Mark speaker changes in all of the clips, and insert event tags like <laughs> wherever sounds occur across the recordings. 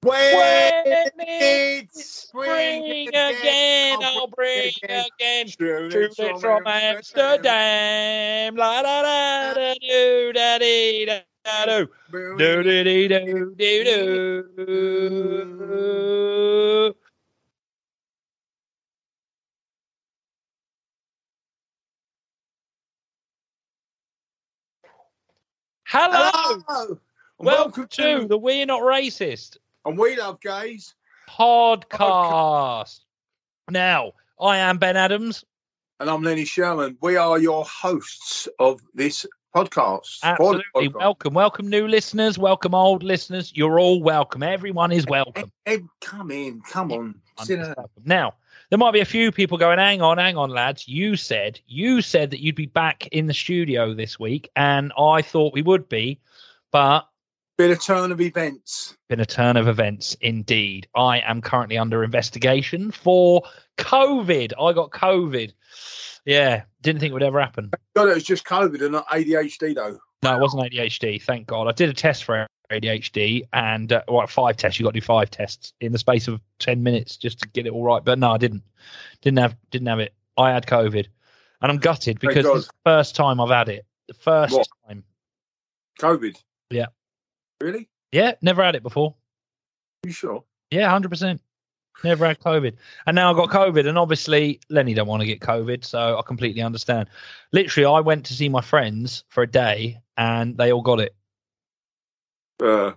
Speaker 1: When
Speaker 2: When
Speaker 1: it's
Speaker 2: it's
Speaker 1: spring
Speaker 2: spring
Speaker 1: again,
Speaker 2: again, Oh,
Speaker 1: I'll
Speaker 2: I'll bring
Speaker 1: again.
Speaker 2: again
Speaker 1: Truly
Speaker 2: Truly from Amsterdam. La da da da do da dee da da do. Do do dee do do do. Hello.
Speaker 1: Hello. And
Speaker 2: Welcome to the We're Not Racist
Speaker 1: And We Love Gays.
Speaker 2: podcast. Now, I am Ben Adams.
Speaker 1: And I'm Lenny Sherman. We are your hosts of this podcast. For the
Speaker 2: Absolutely.
Speaker 1: podcast.
Speaker 2: Welcome. Welcome, new listeners. Welcome, old listeners. You're all welcome. Everyone is
Speaker 1: <laughs>
Speaker 2: welcome.
Speaker 1: Ed, come in. Come on. Sit down.
Speaker 2: Now, there might be a few people going, hang on, hang on, lads. You said, you said that you'd be back in the studio this week, and I thought we would be, but
Speaker 1: Bit of turn of events.
Speaker 2: been a turn of events indeed. I am currently under investigation for COVID. I got COVID. Yeah, didn't think it would ever happen.
Speaker 1: God, it was just COVID and not ADHD, though.
Speaker 2: No, it wasn't ADHD. Thank God. I did a test for ADHD and uh, well, five tests. You got to do five tests in the space of ten minutes just to get it all right. But no, I didn't. Didn't have. Didn't have it. I had COVID, and I'm gutted because
Speaker 1: God.
Speaker 2: this is the first time I've had it. The first
Speaker 1: What?
Speaker 2: time.
Speaker 1: COVID.
Speaker 2: Yeah.
Speaker 1: Really?
Speaker 2: Yeah, never had it before.
Speaker 1: You sure?
Speaker 2: Yeah, hundred percent. Never had COVID, and now I got COVID, and obviously Lenny don't want to get COVID, so I completely understand. Literally, I went to see my friends for a day, and they all got it.
Speaker 1: Uh,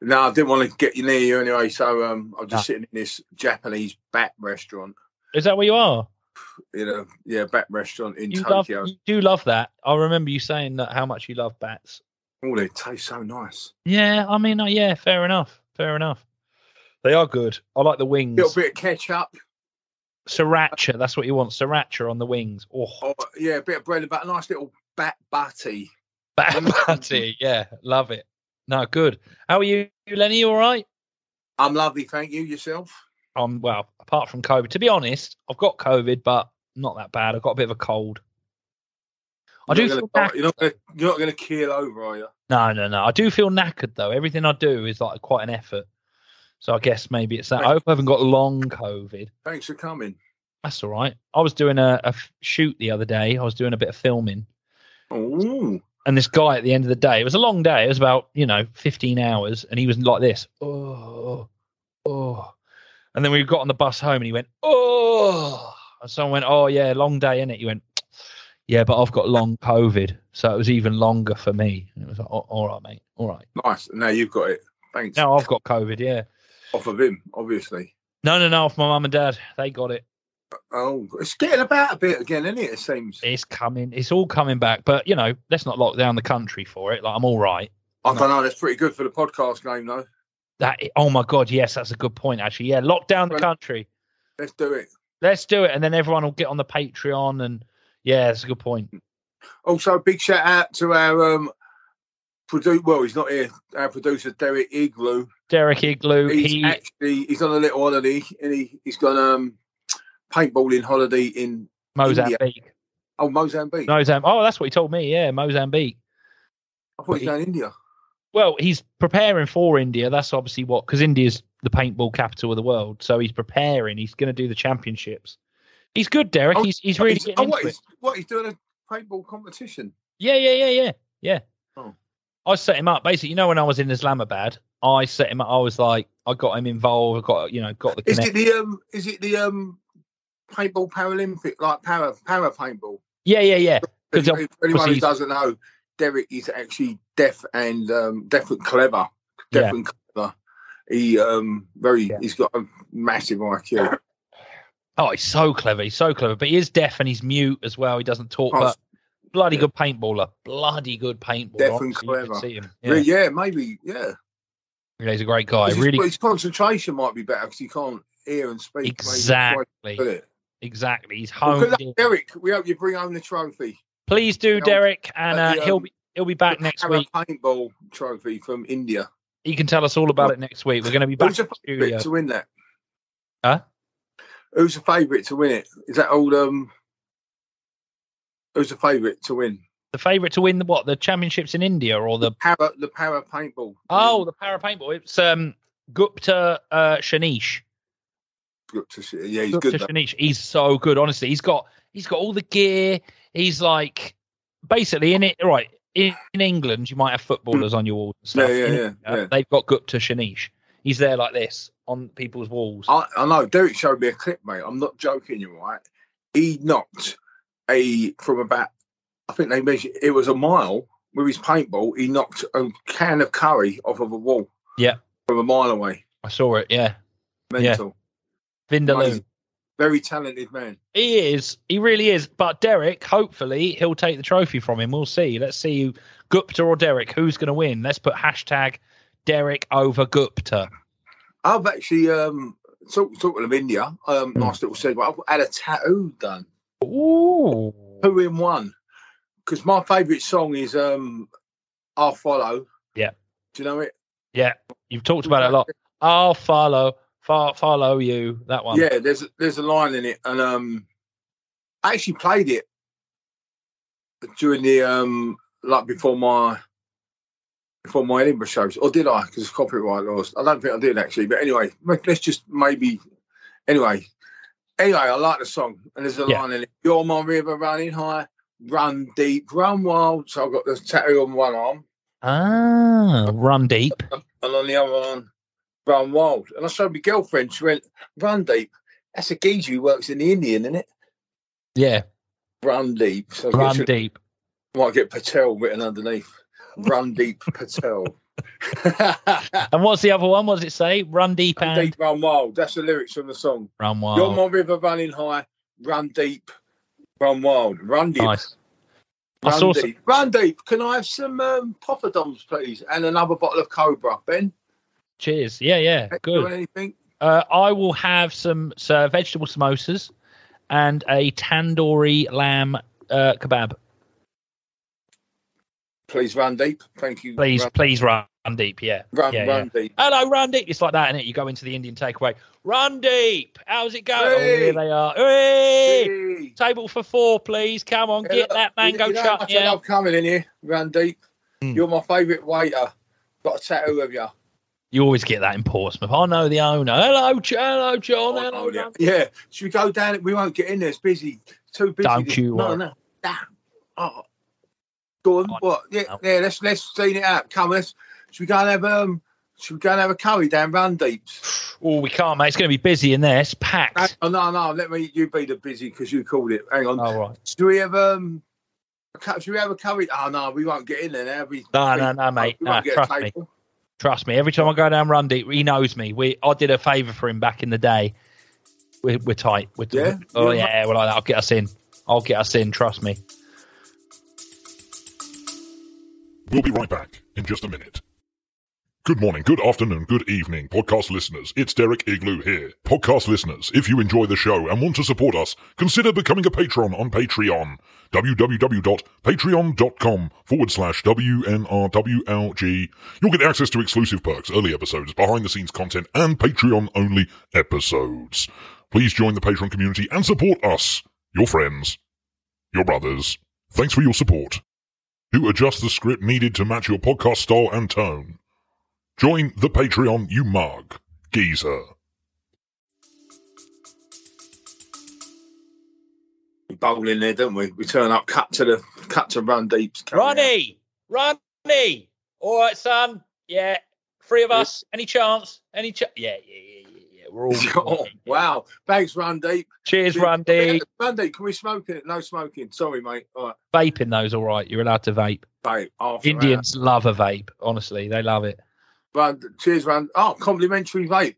Speaker 1: no, I didn't want to get you near you anyway, so um, I'm just sitting in this Japanese bat restaurant.
Speaker 2: Is that where you are?
Speaker 1: You know, yeah, bat restaurant in
Speaker 2: You love,
Speaker 1: Tokyo.
Speaker 2: you do love that. I remember you saying that how much you love bats.
Speaker 1: Oh, they taste so nice.
Speaker 2: Yeah, I mean, uh, yeah, fair enough, fair enough. They are good. I like the wings.
Speaker 1: little bit of ketchup.
Speaker 2: Sriracha, that's what you want. Sriracha on the wings. Oh,
Speaker 1: Oh, yeah, a bit of bread and butter. Nice little bat butty.
Speaker 2: <laughs> bat patty. Yeah, love it. No, good. How are you, Lenny? You all right?
Speaker 1: I'm lovely, thank you. Yourself?
Speaker 2: Um, well, apart from COVID, to be honest, I've got COVID, but not that bad. I've got a bit of a cold. I do
Speaker 1: You're
Speaker 2: feel
Speaker 1: not gonna-
Speaker 2: knackered.
Speaker 1: You're not gonna- you're not going to keel over, are you?
Speaker 2: No, no, no. I do feel knackered though. Everything I do is like quite an effort. So I guess maybe it's that. I hope I haven't got long COVID.
Speaker 1: Thanks for coming.
Speaker 2: That's all right. I was doing a, a f- shoot the other day. I was doing a bit of filming,
Speaker 1: Oh,
Speaker 2: and this guy at the end of the day, it was a long day. It was about you know 15 hours, and he was like this, oh, oh, and then we got on the bus home, and he went, oh, and someone went, oh yeah, long day, innit? You went, yeah, but I've got long COVID, so it was even longer for me. And it was like, "Oh, all right, mate, all right.
Speaker 1: nice. Now you've got it. Thanks.
Speaker 2: Now I've got COVID, yeah.
Speaker 1: Off of him, obviously.
Speaker 2: No, no, no, off my mum and dad, they got it.
Speaker 1: Oh, it's getting about a bit again, isn't it? It seems.
Speaker 2: It's coming, it's all coming back, but you know, let's not lock down the country for it. Like I'm all right.
Speaker 1: I don't know. That's pretty good for the podcast game, though.
Speaker 2: That oh my god, yes, that's a good point actually. Yeah, lock down the
Speaker 1: Right.
Speaker 2: country.
Speaker 1: Let's do it.
Speaker 2: Let's do it, and then everyone will get on the Patreon. And yeah, that's a good point.
Speaker 1: Also, big shout out to our um, produ- Well, he's not here. Our producer Derek Igloo.
Speaker 2: Derek Igloo,
Speaker 1: He's
Speaker 2: he
Speaker 1: actually he's on a little holiday, and he he's gone um paintballing holiday in
Speaker 2: Mozambique.
Speaker 1: oh Mozambique.
Speaker 2: Mozambique. Oh, that's what he told me. Yeah, Mozambique.
Speaker 1: I thought he's down India.
Speaker 2: Well, he's preparing for India. That's obviously what because India's the paintball capital of the world. So he's preparing. He's going to do the championships. He's good, Derek.
Speaker 1: Oh,
Speaker 2: he's he's really
Speaker 1: He's-
Speaker 2: getting
Speaker 1: oh,
Speaker 2: into
Speaker 1: what,
Speaker 2: it.
Speaker 1: he's, what he's doing a paintball competition.
Speaker 2: Yeah, yeah, yeah, yeah, yeah.
Speaker 1: Oh.
Speaker 2: I set him up. Basically, you know, when I was in Islamabad, I set him up. I was like, I got him involved. I got you know, got the
Speaker 1: Is
Speaker 2: connection.
Speaker 1: it the um is it the um paintball Paralympic like para para paintball?
Speaker 2: Yeah, yeah, yeah.
Speaker 1: If,
Speaker 2: 'Cause, um,
Speaker 1: if anyone who
Speaker 2: he's-
Speaker 1: doesn't know, Derek is actually deaf and um deaf and clever. Deaf
Speaker 2: Yeah.
Speaker 1: and clever. He um very
Speaker 2: Yeah.
Speaker 1: he's got a massive IQ.
Speaker 2: Oh, he's so clever. He's so clever. But he is deaf and he's mute as well. He doesn't talk.
Speaker 1: Oh,
Speaker 2: But bloody
Speaker 1: yeah.
Speaker 2: good paintballer. Bloody good paintballer.
Speaker 1: Deaf and
Speaker 2: Obviously, you can
Speaker 1: clever.
Speaker 2: see him. Yeah.
Speaker 1: yeah. yeah, maybe, yeah.
Speaker 2: Yeah, he's a great guy.
Speaker 1: But his,
Speaker 2: Oh, Really,
Speaker 1: but his concentration might be better because he can't hear and speak.
Speaker 2: exactly,
Speaker 1: Maybe.
Speaker 2: exactly. He's
Speaker 1: Well,
Speaker 2: honed.
Speaker 1: good luck,
Speaker 2: in.
Speaker 1: Derek. We hope you bring home the trophy.
Speaker 2: Please do,
Speaker 1: Now,
Speaker 2: Derek, and
Speaker 1: uh,
Speaker 2: uh,
Speaker 1: the,
Speaker 2: he'll
Speaker 1: um,
Speaker 2: be he'll be back
Speaker 1: The
Speaker 2: next
Speaker 1: Para
Speaker 2: week.
Speaker 1: Paintball trophy from India.
Speaker 2: He can tell us all about it next week. We're going to be back
Speaker 1: Who's
Speaker 2: in
Speaker 1: your
Speaker 2: the
Speaker 1: Favourite
Speaker 2: studio.
Speaker 1: to win that?
Speaker 2: uh, Huh?
Speaker 1: Who's the favourite to win it? Is that old? Um, who's the favourite to win?
Speaker 2: The favourite to win the what? The championships in India or the
Speaker 1: Para the Para Paintball.
Speaker 2: oh the para paintball? It's um Gupta uh, Shanish.
Speaker 1: Gupta, Sh- yeah, he's
Speaker 2: Gupta
Speaker 1: good. though.
Speaker 2: Shanish. He's so good. Honestly, he's got he's got all the gear. He's like basically in it right in, in England. You might have footballers on your walls. and
Speaker 1: Yeah,
Speaker 2: stuff.
Speaker 1: yeah,
Speaker 2: In
Speaker 1: yeah,
Speaker 2: India,
Speaker 1: yeah.
Speaker 2: They've got Gupta Shanish. He's there like this on people's walls.
Speaker 1: I, I know. Derek showed me a clip, mate. I'm not joking. You right? He knocked a from about. I think they measured it was a mile with his paintball. He knocked a can of curry off of a wall.
Speaker 2: Yeah.
Speaker 1: from a mile away.
Speaker 2: I saw it. Yeah,
Speaker 1: Mental.
Speaker 2: Vindaloo.
Speaker 1: Amazing. Very talented man.
Speaker 2: He is. He really is. But Derek, hopefully, he'll take the trophy from him. We'll see. Let's see who Gupta or Derek. Who's going to win? Let's put hashtag Derek over Gupta.
Speaker 1: I've actually um talk, talking of India. Um,
Speaker 2: Hmm.
Speaker 1: nice little segue. I've had a tattoo done.
Speaker 2: Ooh.
Speaker 1: Two in one. Because my favourite song is um "I'll Follow."
Speaker 2: Yeah.
Speaker 1: Do you know it?
Speaker 2: You've talked about it a lot. I'll follow, fo- follow you. That one.
Speaker 1: Yeah, there's there's a line in it, and um, I actually played it during the um, like before my before my Edinburgh shows, or did I? Because of copyright laws, I don't think I did actually. But anyway, m- let's just maybe anyway. Anyway, I like the song, and there's a
Speaker 2: Yeah.
Speaker 1: line in it: "You're my river running high, run deep, run wild." So I've got the tattoo on one arm,
Speaker 2: Ah, run deep.
Speaker 1: and on the other arm, run wild. And I showed my girlfriend. She went, "Run deep." That's a geezer who works in the Indian, isn't it?
Speaker 2: Yeah,
Speaker 1: Run deep. So I
Speaker 2: run
Speaker 1: guess
Speaker 2: deep.
Speaker 1: you might get Patel written underneath. Run
Speaker 2: <laughs>
Speaker 1: deep Patel. Run
Speaker 2: And what's the other one? What does it say? Run deep and
Speaker 1: deep, run wild. That's the lyrics from the song.
Speaker 2: run
Speaker 1: You're
Speaker 2: wild.
Speaker 1: my river running high. Run deep, run wild. Run deep.
Speaker 2: Nice. I
Speaker 1: Run,
Speaker 2: saw
Speaker 1: deep.
Speaker 2: some-
Speaker 1: run deep. Can I have some um, poppadoms, please, and another bottle of Cobra, Ben?
Speaker 2: Cheers. Yeah, yeah.
Speaker 1: You
Speaker 2: Good.
Speaker 1: want anything?
Speaker 2: Uh, I will have some so vegetable samosas and a tandoori lamb uh, kebab.
Speaker 1: Please run deep. Thank you.
Speaker 2: Please,
Speaker 1: Run,
Speaker 2: please run deep. Yeah.
Speaker 1: run,
Speaker 2: yeah,
Speaker 1: run deep.
Speaker 2: yeah. Hello, run deep. It's like that, isn't it? You go into the Indian takeaway. Run deep. How's it going? Oh,
Speaker 1: Hey.
Speaker 2: here they are. Hey.
Speaker 1: Hey.
Speaker 2: Table for four, please. Come on,
Speaker 1: Yeah,
Speaker 2: get that
Speaker 1: look,
Speaker 2: mango
Speaker 1: you know how much
Speaker 2: chutney
Speaker 1: I
Speaker 2: out.
Speaker 1: love coming in here, Randy.
Speaker 2: Mm.
Speaker 1: You're my favourite waiter. Got a tattoo of you.
Speaker 2: You always get that in Portsmouth. I know the owner. Hello, Ch- hello, John.
Speaker 1: Oh,
Speaker 2: Hello,
Speaker 1: no, yeah.
Speaker 2: John.
Speaker 1: yeah. Should we go down? We won't get in there. It's busy. Too busy.
Speaker 2: Don't you
Speaker 1: No,
Speaker 2: worry.
Speaker 1: no. Damn. Oh. Go on.
Speaker 2: Oh,
Speaker 1: what? Yeah,
Speaker 2: no.
Speaker 1: yeah. Let's let's clean it out. Come. Let's. Should we go and have um? Should we go and have a curry down Randeep's?
Speaker 2: <sighs> Oh, we can't, mate. It's going to be busy in there. It's packed.
Speaker 1: Oh no, no. Let me. You be the busy because you called it. Hang on.
Speaker 2: All right.
Speaker 1: Should we have um? a cu- Should we have a curry? Oh no, we won't get in there. Now. We,
Speaker 2: No,
Speaker 1: we-
Speaker 2: no, no, mate.
Speaker 1: We
Speaker 2: No,
Speaker 1: won't get
Speaker 2: trust
Speaker 1: a
Speaker 2: me.
Speaker 1: table.
Speaker 2: Trust me, every time I go down Run Deep, he knows me. We I did a favour for him back in the day. We're, we're tight. We're,
Speaker 1: Yeah?
Speaker 2: Oh
Speaker 1: Yeah.
Speaker 2: yeah, well I'll get us in. I'll get us in. Trust me.
Speaker 3: We'll be right back in just a minute. Good morning, good afternoon, good evening, podcast listeners. It's Derek Igloo here. Podcast listeners, if you enjoy the show and want to support us, consider becoming a patron on Patreon. www.patreon.com forward slash WNRWLG. You'll get access to exclusive perks, early episodes, behind the scenes content, and Patreon only episodes. Please join the Patreon community and support us, your friends, your brothers. Thanks for your support to adjust the script needed to match your podcast style and tone. Join the Patreon, you mug, geezer.
Speaker 1: We bowl in there, don't we? We turn up, cut to the cut to run deeps. carry out.
Speaker 2: Ronnie, Ronnie. All right, son. Yeah, three of us. Any chance? Any chance? Yeah, yeah, yeah, yeah, yeah.
Speaker 1: <laughs>
Speaker 2: We're all.
Speaker 1: <laughs> Oh, wow. Thanks, Run Deep.
Speaker 2: Cheers, Run Deep.
Speaker 1: Run Deep, can we smoke it? No smoking. Sorry, mate. All right.
Speaker 2: Vaping those, all right. You're allowed to vape.
Speaker 1: Babe, after
Speaker 2: Indians love a vape. Honestly, they love it.
Speaker 1: that. Run, cheers, Run. Oh, complimentary vape.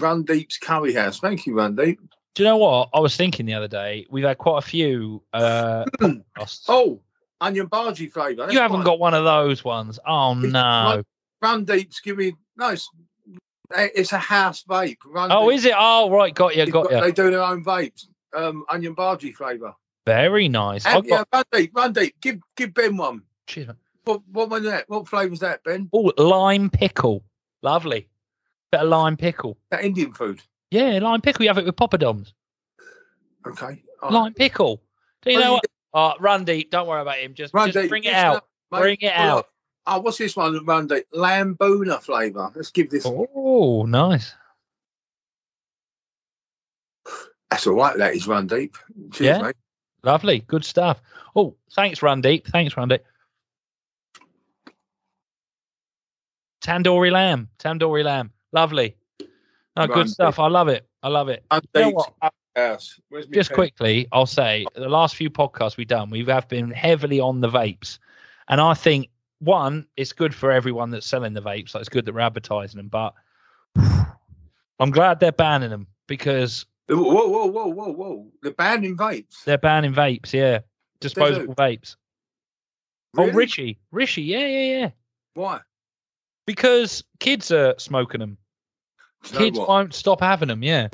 Speaker 1: Run Deep's Curry House. Thank you, Run Deep.
Speaker 2: Do you know what? I was thinking the other day. We've had quite a few.
Speaker 1: <clears throat>
Speaker 2: Uh, podcasts.
Speaker 1: Oh, onion bargee flavour. That's
Speaker 2: you haven't
Speaker 1: fine.
Speaker 2: got one of those ones. Oh
Speaker 1: It's
Speaker 2: no.
Speaker 1: like- Run Deep's giving. No, it's, it's a house vape. Run
Speaker 2: Oh, is it? Oh, right. Got you. Got you.
Speaker 1: They do their own vapes. Um, onion bargee flavour.
Speaker 2: Very nice.
Speaker 1: And,
Speaker 2: I've
Speaker 1: yeah,
Speaker 2: got.
Speaker 1: Run Deep, Run Deep. Give, give Ben one.
Speaker 2: cheers, man.
Speaker 1: What, what was that? What flavour's that, Ben?
Speaker 2: Oh, lime pickle. Lovely. Bit of lime pickle.
Speaker 1: That Indian food.
Speaker 2: Yeah, lime pickle. You have it with poppadoms.
Speaker 1: Okay. all right.
Speaker 2: Lime pickle. Do you
Speaker 1: Oh,
Speaker 2: know
Speaker 1: you
Speaker 2: what? Uh, Randy, don't worry about him. Just,
Speaker 1: Run
Speaker 2: just
Speaker 1: Deep,
Speaker 2: bring it
Speaker 1: listen
Speaker 2: out.
Speaker 1: up, mate.
Speaker 2: Bring it
Speaker 1: Well,
Speaker 2: out.
Speaker 1: Oh, what's this one, Monday? Lambuna flavour. Let's give this.
Speaker 2: Oh, nice.
Speaker 1: That's all right, that is Run Deep. Cheers,
Speaker 2: Yeah.
Speaker 1: mate.
Speaker 2: Lovely. Good stuff. Oh, thanks, Rundeep. Thanks, Rundeep. Tandoori lamb. Tandoori lamb. Lovely. No, good
Speaker 1: Rundeep.
Speaker 2: stuff. I love it. I love it.
Speaker 1: Run
Speaker 2: You know
Speaker 1: Deep.
Speaker 2: what?
Speaker 1: House. Where's my
Speaker 2: Just
Speaker 1: pen?
Speaker 2: quickly, I'll say the last few podcasts we've done, we have been heavily on the vapes. And I think, one, it's good for everyone that's selling the vapes. Like it's good that we're advertising them. But <sighs> I'm glad they're banning them because
Speaker 1: Whoa, whoa, whoa, whoa, whoa. The band in vapes.
Speaker 2: they're banning vapes. Yeah. Disposable vapes.
Speaker 1: Really?
Speaker 2: Oh, Richie. Richie. Yeah, yeah, yeah.
Speaker 1: Why?
Speaker 2: Because kids are smoking them.
Speaker 1: Do you know
Speaker 2: Kids
Speaker 1: what?
Speaker 2: won't stop having them. Yeah.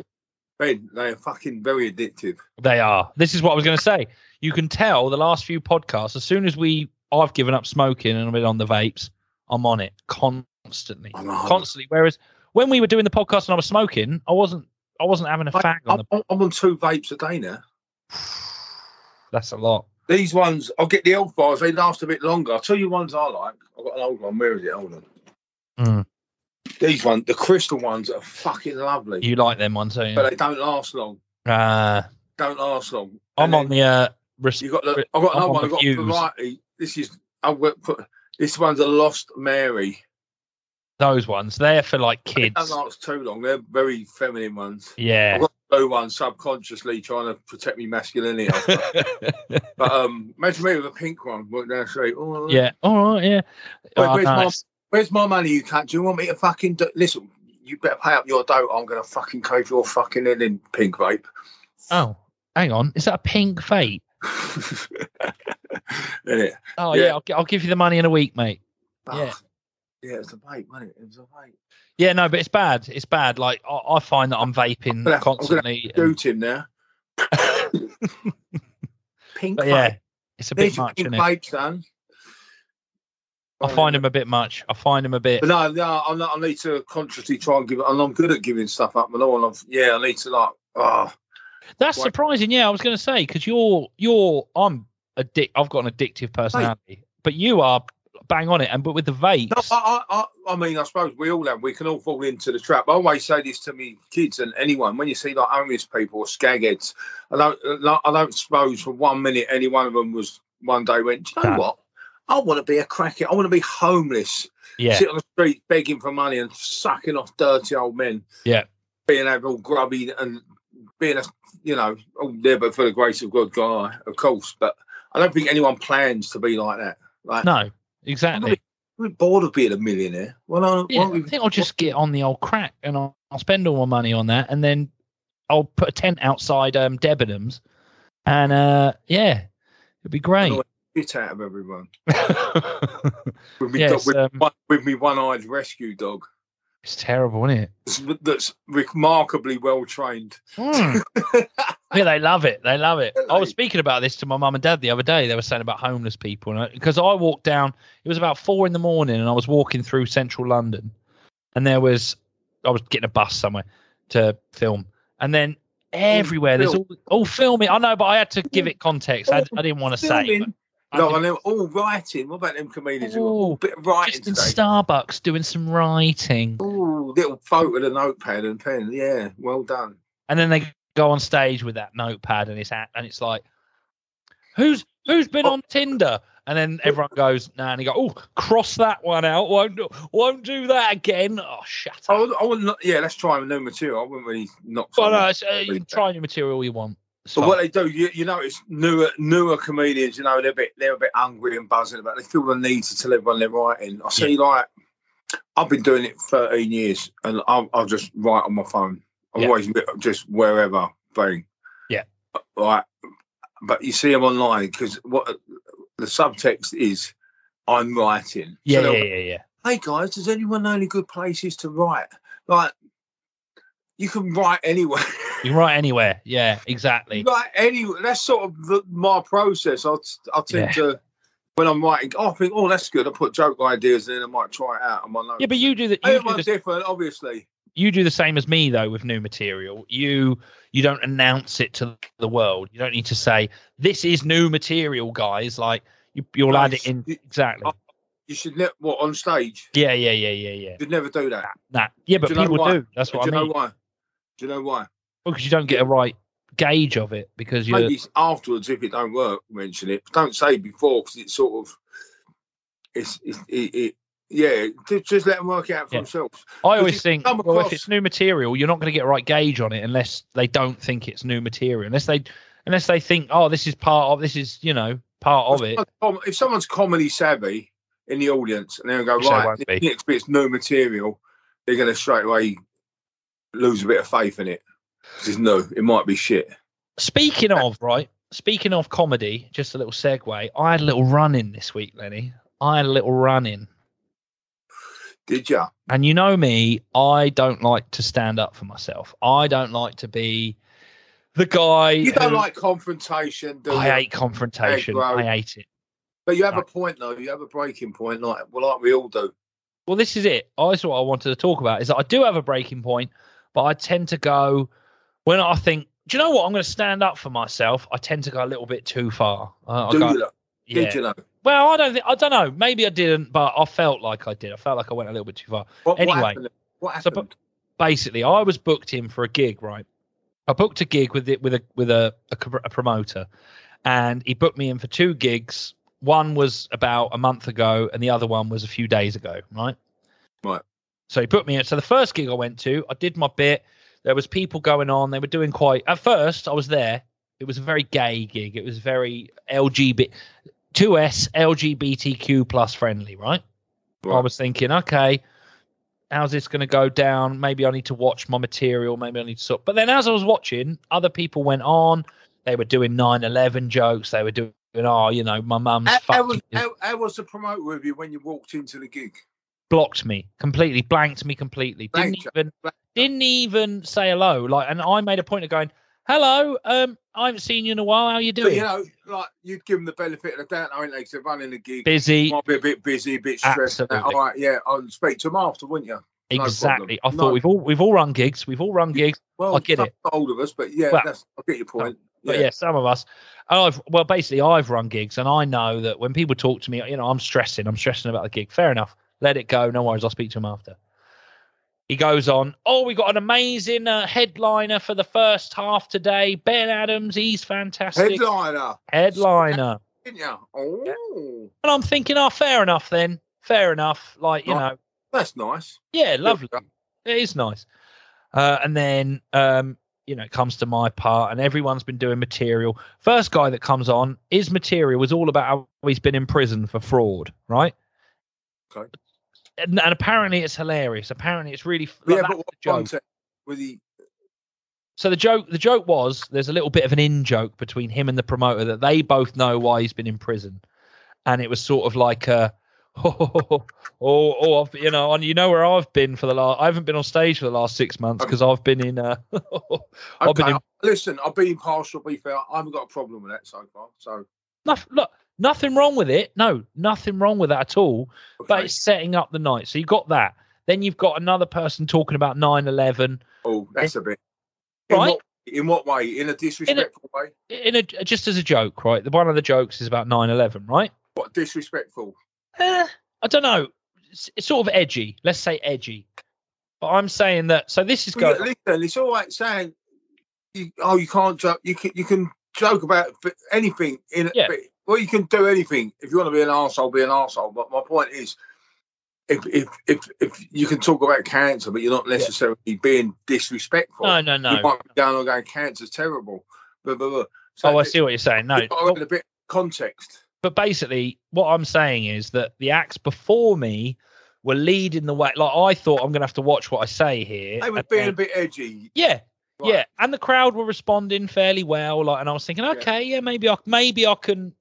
Speaker 1: Ben, they are fucking very addictive.
Speaker 2: They are. This is what I was going to say. You can tell the last few podcasts. As soon as we, I've given up smoking and I've been on the vapes. I'm on it constantly,
Speaker 1: I'm on it.
Speaker 2: constantly. Whereas when we were doing the podcast and I was smoking, I wasn't. I wasn't having a
Speaker 1: I,
Speaker 2: fag on the.
Speaker 1: am on two vapes a day now.
Speaker 2: <sighs> That's a lot.
Speaker 1: These ones, I'll get the old bars. They last a bit longer. I'll tell you ones I like. I've got an old one. Where is it? Hold on.
Speaker 2: Mm.
Speaker 1: These ones, the crystal ones, are fucking lovely,
Speaker 2: You like them ones, don't you?
Speaker 1: but they don't last long.
Speaker 2: Uh,
Speaker 1: Don't last long.
Speaker 2: I'm
Speaker 1: And
Speaker 2: on the. Uh, res-
Speaker 1: You got the. I've got
Speaker 2: I'm
Speaker 1: another
Speaker 2: on
Speaker 1: one.
Speaker 2: the
Speaker 1: I've got
Speaker 2: fuse.
Speaker 1: variety. This is. I will put. This one's a Lost Mary.
Speaker 2: those ones. They're for like
Speaker 1: They
Speaker 2: kids.
Speaker 1: don't last too long. They're very feminine ones.
Speaker 2: Yeah.
Speaker 1: I've
Speaker 2: <laughs>
Speaker 1: got blue one subconsciously trying to protect me
Speaker 2: <laughs>
Speaker 1: masculinity. but um, imagine me with a pink one. Walk down the street. Oh,
Speaker 2: yeah. All right. Yeah.
Speaker 1: Where-
Speaker 2: Oh,
Speaker 1: where's
Speaker 2: no,
Speaker 1: my-
Speaker 2: it's-
Speaker 1: Where's my money, you cunt? Do you want me to fucking do- listen? You better pay up your dough. I'm gonna fucking cave your fucking head in pink vape.
Speaker 2: oh, hang on. Is that a pink vape?
Speaker 1: Innit?
Speaker 2: Oh
Speaker 1: Yeah.
Speaker 2: yeah, I'll, gi- I'll give you the money in a week, mate. Yeah.
Speaker 1: Oh, yeah, it's a vape, wasn't it? It was a vape.
Speaker 2: Yeah, no, but it's bad. It's bad. Like I, I find that I'm
Speaker 1: gonna- I'm gonna
Speaker 2: vaping constantly. and-
Speaker 1: Shoot him
Speaker 2: <laughs>
Speaker 1: now. pink
Speaker 2: but
Speaker 1: vape.
Speaker 2: yeah, it's a bit
Speaker 1: There's your
Speaker 2: much,
Speaker 1: pink
Speaker 2: isn't it?
Speaker 1: vape, son. Oh,
Speaker 2: I find them a bit much. I find them a bit.
Speaker 1: But no, no, I'm not, I need to consciously try and give it, and I'm good at giving stuff up. And all, I've, yeah, I need to like, oh,
Speaker 2: That's
Speaker 1: Right.
Speaker 2: surprising. Yeah, I was going to say because you're you're I'm addic- I've got an addictive personality, but you are bang on it. And but with the vapes,
Speaker 1: No, I, I, I, I mean, I suppose we all have. We can all fall into the trap. I always say this to me kids and anyone. When you see like homeless people or skagheads, I don't, I don't suppose for one minute any one of them was one day went. Do you know
Speaker 2: No.
Speaker 1: what? I want to be a cracker. I want to be homeless,
Speaker 2: yeah,
Speaker 1: sit on the street begging for money and sucking off dirty old men.
Speaker 2: Yeah.
Speaker 1: being out all grubby and being a, you know, all there but for the grace of God, guy, of course. But I don't think anyone plans to be like that. Like
Speaker 2: no, exactly.
Speaker 1: we're bored of being a millionaire. Well, I,
Speaker 2: Yeah,
Speaker 1: why don't
Speaker 2: I
Speaker 1: we
Speaker 2: think I'll just get on the old crack and I'll, I'll spend all my money on that, and then I'll put a tent outside um Debenhams, and uh yeah, it'd be great.
Speaker 1: Annoying. shit out of everyone
Speaker 2: <laughs> yes,
Speaker 1: with me, dog, with,
Speaker 2: um,
Speaker 1: one- with me one-eyed rescue dog
Speaker 2: it's terrible, isn't it?
Speaker 1: that's, that's remarkably well trained.
Speaker 2: <laughs> yeah, they love it. They love it. I was
Speaker 1: Really?
Speaker 2: speaking about this to my mum and dad the other day. They were saying about homeless people, and because I, walked down, it was about four in the morning, and I was walking through central London, and there was, I was getting a bus somewhere to film, and then everywhere there's all, all filming. I know, but I had to give it context. I, I didn't want to say. but
Speaker 1: Filming.
Speaker 2: I
Speaker 1: No,
Speaker 2: didn't-
Speaker 1: and they're all writing. What about them comedians? who
Speaker 2: Ooh,
Speaker 1: got a bit of writing
Speaker 2: just in
Speaker 1: today.
Speaker 2: Starbucks doing some writing.
Speaker 1: Ooh, little photo with a notepad and pen. Yeah, well done.
Speaker 2: and then they go on stage with that notepad and it's at, and it's like who's who's been on tinder and then everyone goes nah and you go oh cross that one out won't do- won't do that again oh shut
Speaker 1: I
Speaker 2: up
Speaker 1: would, I would not, yeah, let's try a new material. I wouldn't really knock.
Speaker 2: well,
Speaker 1: someone.
Speaker 2: no, it's, uh, you can try new material you want It's
Speaker 1: But
Speaker 2: fine.
Speaker 1: what they do, you, you notice newer newer comedians, you know, they're a bit they're a bit hungry and buzzing about. They feel the need to tell everyone they're writing. I see, like, I've been doing it thirteen years, and I'll, I'll just write on my phone. I've
Speaker 2: Yeah.
Speaker 1: always been just wherever thing.
Speaker 2: Yeah.
Speaker 1: Like, but you see them online because what the subtext is, I'm writing.
Speaker 2: yeah,
Speaker 1: So
Speaker 2: yeah
Speaker 1: they'll
Speaker 2: yeah yeah
Speaker 1: hey guys, does anyone know any good places to write? Like, you can write anywhere. <laughs>
Speaker 2: you can write anywhere yeah exactly
Speaker 1: Right, anyway, that's sort of the, my process. I I tend
Speaker 2: Yeah.
Speaker 1: to when I'm writing, oh, I think, oh, that's good. I put joke ideas in, and I might try it out on my notes.
Speaker 2: yeah but you do that you do
Speaker 1: everyone's
Speaker 2: the
Speaker 1: different, obviously.
Speaker 2: you do the same as me though with new material you you don't announce it to the world you don't need to say this is new material guys like you, you'll add it in exactly
Speaker 1: you should never what on stage.
Speaker 2: Yeah, yeah, yeah, yeah, yeah.
Speaker 1: You should never do that.
Speaker 2: Nah. Yeah, but
Speaker 1: Do you know
Speaker 2: people
Speaker 1: why?
Speaker 2: do. That's
Speaker 1: Do
Speaker 2: what
Speaker 1: you
Speaker 2: I
Speaker 1: know
Speaker 2: mean.
Speaker 1: why? Do you know why?
Speaker 2: Because you don't get a right gauge of it because you're.
Speaker 1: Maybe it's afterwards if it don't work, mention it. Don't say before because it's sort of it's, it's it, it yeah. Just, just let them work it out for
Speaker 2: Yeah.
Speaker 1: themselves.
Speaker 2: I
Speaker 1: you
Speaker 2: always think,
Speaker 1: come
Speaker 2: well, if
Speaker 1: across-
Speaker 2: it's new material, you're not going to get a right gauge on it unless they don't think it's new material, unless they, unless they think, oh, this is part of, this is you know part of it.
Speaker 1: If someone's- If someone's comedy savvy in the audience and they'll go
Speaker 2: Which they
Speaker 1: right,
Speaker 2: won't be.
Speaker 1: next bit's no material, they're going to straight away lose a bit of faith in it. 'Cause it's no, it might be shit.
Speaker 2: Speaking of right, speaking of comedy, just a little segue. I had a little run in this week, Lenny. I had a little run in,
Speaker 1: Did ya?
Speaker 2: and you know me, I don't like to stand up for myself. I don't like to be the guy.
Speaker 1: You don't
Speaker 2: who-
Speaker 1: like confrontation, do
Speaker 2: um, I
Speaker 1: you?
Speaker 2: hate confrontation.
Speaker 1: Hey, bro.
Speaker 2: I hate it.
Speaker 1: But you have
Speaker 2: No.
Speaker 1: a point though. You have a breaking point, like well, like we all do.
Speaker 2: well this is it i that's what i wanted to talk about is that i do have a breaking point but i tend to go when i think do you know what i'm going to stand up for myself i tend to go a little bit too far uh, I
Speaker 1: do
Speaker 2: go-
Speaker 1: you? Know?
Speaker 2: yeah.
Speaker 1: Did you know?
Speaker 2: well i don't think i don't know maybe i didn't but i felt like i did i felt like i went a little bit too far
Speaker 1: What,
Speaker 2: Anyway.
Speaker 1: what happened? What
Speaker 2: So,
Speaker 1: happened?
Speaker 2: but- basically i was booked in for a gig right i booked a gig with it with a with a, a, co- a promoter and he booked me in for two gigs one was about a month ago and the other one was a few days ago right
Speaker 1: Right.
Speaker 2: so he put me in so the first gig i went to i did my bit there was people going on they were doing quite at first i was there it was a very gay gig it was very lgb 2s lgbtq plus friendly right I
Speaker 1: Right.
Speaker 2: was thinking, okay, how's this going to go down? Maybe I need to watch my material. Maybe I need to. Sort. But then as I was watching, other people went on. They were doing 9 11 jokes. They were doing, oh, you know, my mum's
Speaker 1: How, how, was,
Speaker 2: fucking
Speaker 1: how, how was the promoter with you when you walked into the gig?
Speaker 2: blocked me completely, blanked me completely. Didn't
Speaker 1: Blanked you,
Speaker 2: even
Speaker 1: blanked
Speaker 2: didn't even say hello. Like, and I made a point of going, hello. Um, I haven't seen you in a while. How you
Speaker 1: But,
Speaker 2: doing?
Speaker 1: you know, like you'd give them the benefit of the doubt. I think like, they're running the gig.
Speaker 2: Busy.
Speaker 1: Might be a bit busy, a bit stressed. out.
Speaker 2: Absolutely.
Speaker 1: All right, yeah, I'll speak to them after, wouldn't you? no problem.
Speaker 2: exactly. I
Speaker 1: No.
Speaker 2: thought we've all we've all run gigs. We've all run gigs.
Speaker 1: Well,
Speaker 2: I get
Speaker 1: not Old of us, but yeah,
Speaker 2: Well,
Speaker 1: that's, I get your point.
Speaker 2: But yeah, some of us. And I've well, basically, I've run gigs, and I know that when people talk to me, you know, I'm stressing. I'm stressing about the gig. Fair enough. Let it go. No worries. I'll speak to him after. He goes on. Oh, we got an amazing uh, headliner for the first half today. Ben Adams. He's fantastic.
Speaker 1: Headliner,
Speaker 2: Headliner.
Speaker 1: didn't you? Oh,
Speaker 2: And I'm thinking, oh, fair enough then. Fair enough. Like you
Speaker 1: Right.
Speaker 2: know,
Speaker 1: that's nice.
Speaker 2: yeah, lovely. It is nice. Uh, and then, um, you know, it comes to my part, and everyone's been doing material. First guy that comes on, his material was all about how he's been in prison for fraud, right?
Speaker 1: Okay.
Speaker 2: And, and apparently it's hilarious. Apparently it's really f-
Speaker 1: Yeah,
Speaker 2: like,
Speaker 1: but
Speaker 2: that's
Speaker 1: what
Speaker 2: the joke.
Speaker 1: context? With the
Speaker 2: So the joke, the joke was there's a little bit of an in joke between him and the promoter that they both know why he's been in prison, and it was sort of like a, <laughs> oh, oh, oh, oh, I've, you know, and you know where I've been for the last, I haven't been on stage for the last six months because I've been in, uh, <laughs> I've
Speaker 1: Okay,
Speaker 2: been in,
Speaker 1: listen, I'll be impartial, be fair. I haven't got a problem with that so far. So,
Speaker 2: nothing, look, nothing wrong with it, no, nothing wrong with that at all, but
Speaker 1: okay.
Speaker 2: it's setting up the night. So you got that. Then you've got another person talking about 9-11
Speaker 1: oh, that's a bit.
Speaker 2: Right.
Speaker 1: In what, in what way? In a disrespectful way?
Speaker 2: in a just as a joke, right? The one of the jokes is about 9-11, right?
Speaker 1: What disrespectful?
Speaker 2: Eh, <sighs> I don't know. It's, it's sort of edgy. Let's say edgy. But I'm saying that. So this is
Speaker 1: Well,
Speaker 2: going.
Speaker 1: Listen, it's all right saying, you, oh, you can't joke. You can, you can joke about f- anything. In a-
Speaker 2: Yeah.
Speaker 1: but- well, you can do anything. If you want to be an arsehole, be an arsehole. But my point is, if if if, if you can talk about cancer, but you're not necessarily being disrespectful.
Speaker 2: No, no,
Speaker 1: You
Speaker 2: no.
Speaker 1: might be down on going, cancer's terrible. Blah, blah, blah. So
Speaker 2: Oh, I
Speaker 1: it-
Speaker 2: see what you're saying. No,
Speaker 1: you've got to have a bit of context.
Speaker 2: but basically, what I'm saying is that the acts before me were leading the way. Like I thought, I'm going to have to watch what I say here.
Speaker 1: They were
Speaker 2: and
Speaker 1: being a
Speaker 2: then-
Speaker 1: bit edgy.
Speaker 2: yeah,
Speaker 1: Right.
Speaker 2: yeah, and the crowd were responding fairly well. Like, and I was thinking, okay, yeah, maybe I, maybe I can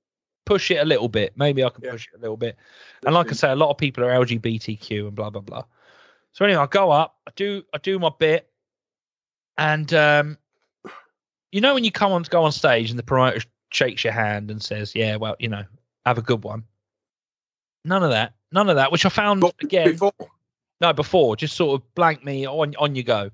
Speaker 2: push it a little bit. Maybe I can
Speaker 1: Yeah.
Speaker 2: push it a little bit. and like I say, a lot of people are LGBTQ and blah blah blah. So anyway, I go up, I do I do my bit, and um, you know when you come on to go on stage and the promoter shakes your hand and says, "Yeah, well, you know, have a good one." None of that, none of that, which I found
Speaker 1: But
Speaker 2: again
Speaker 1: before,
Speaker 2: no before just sort of blank me on on you go.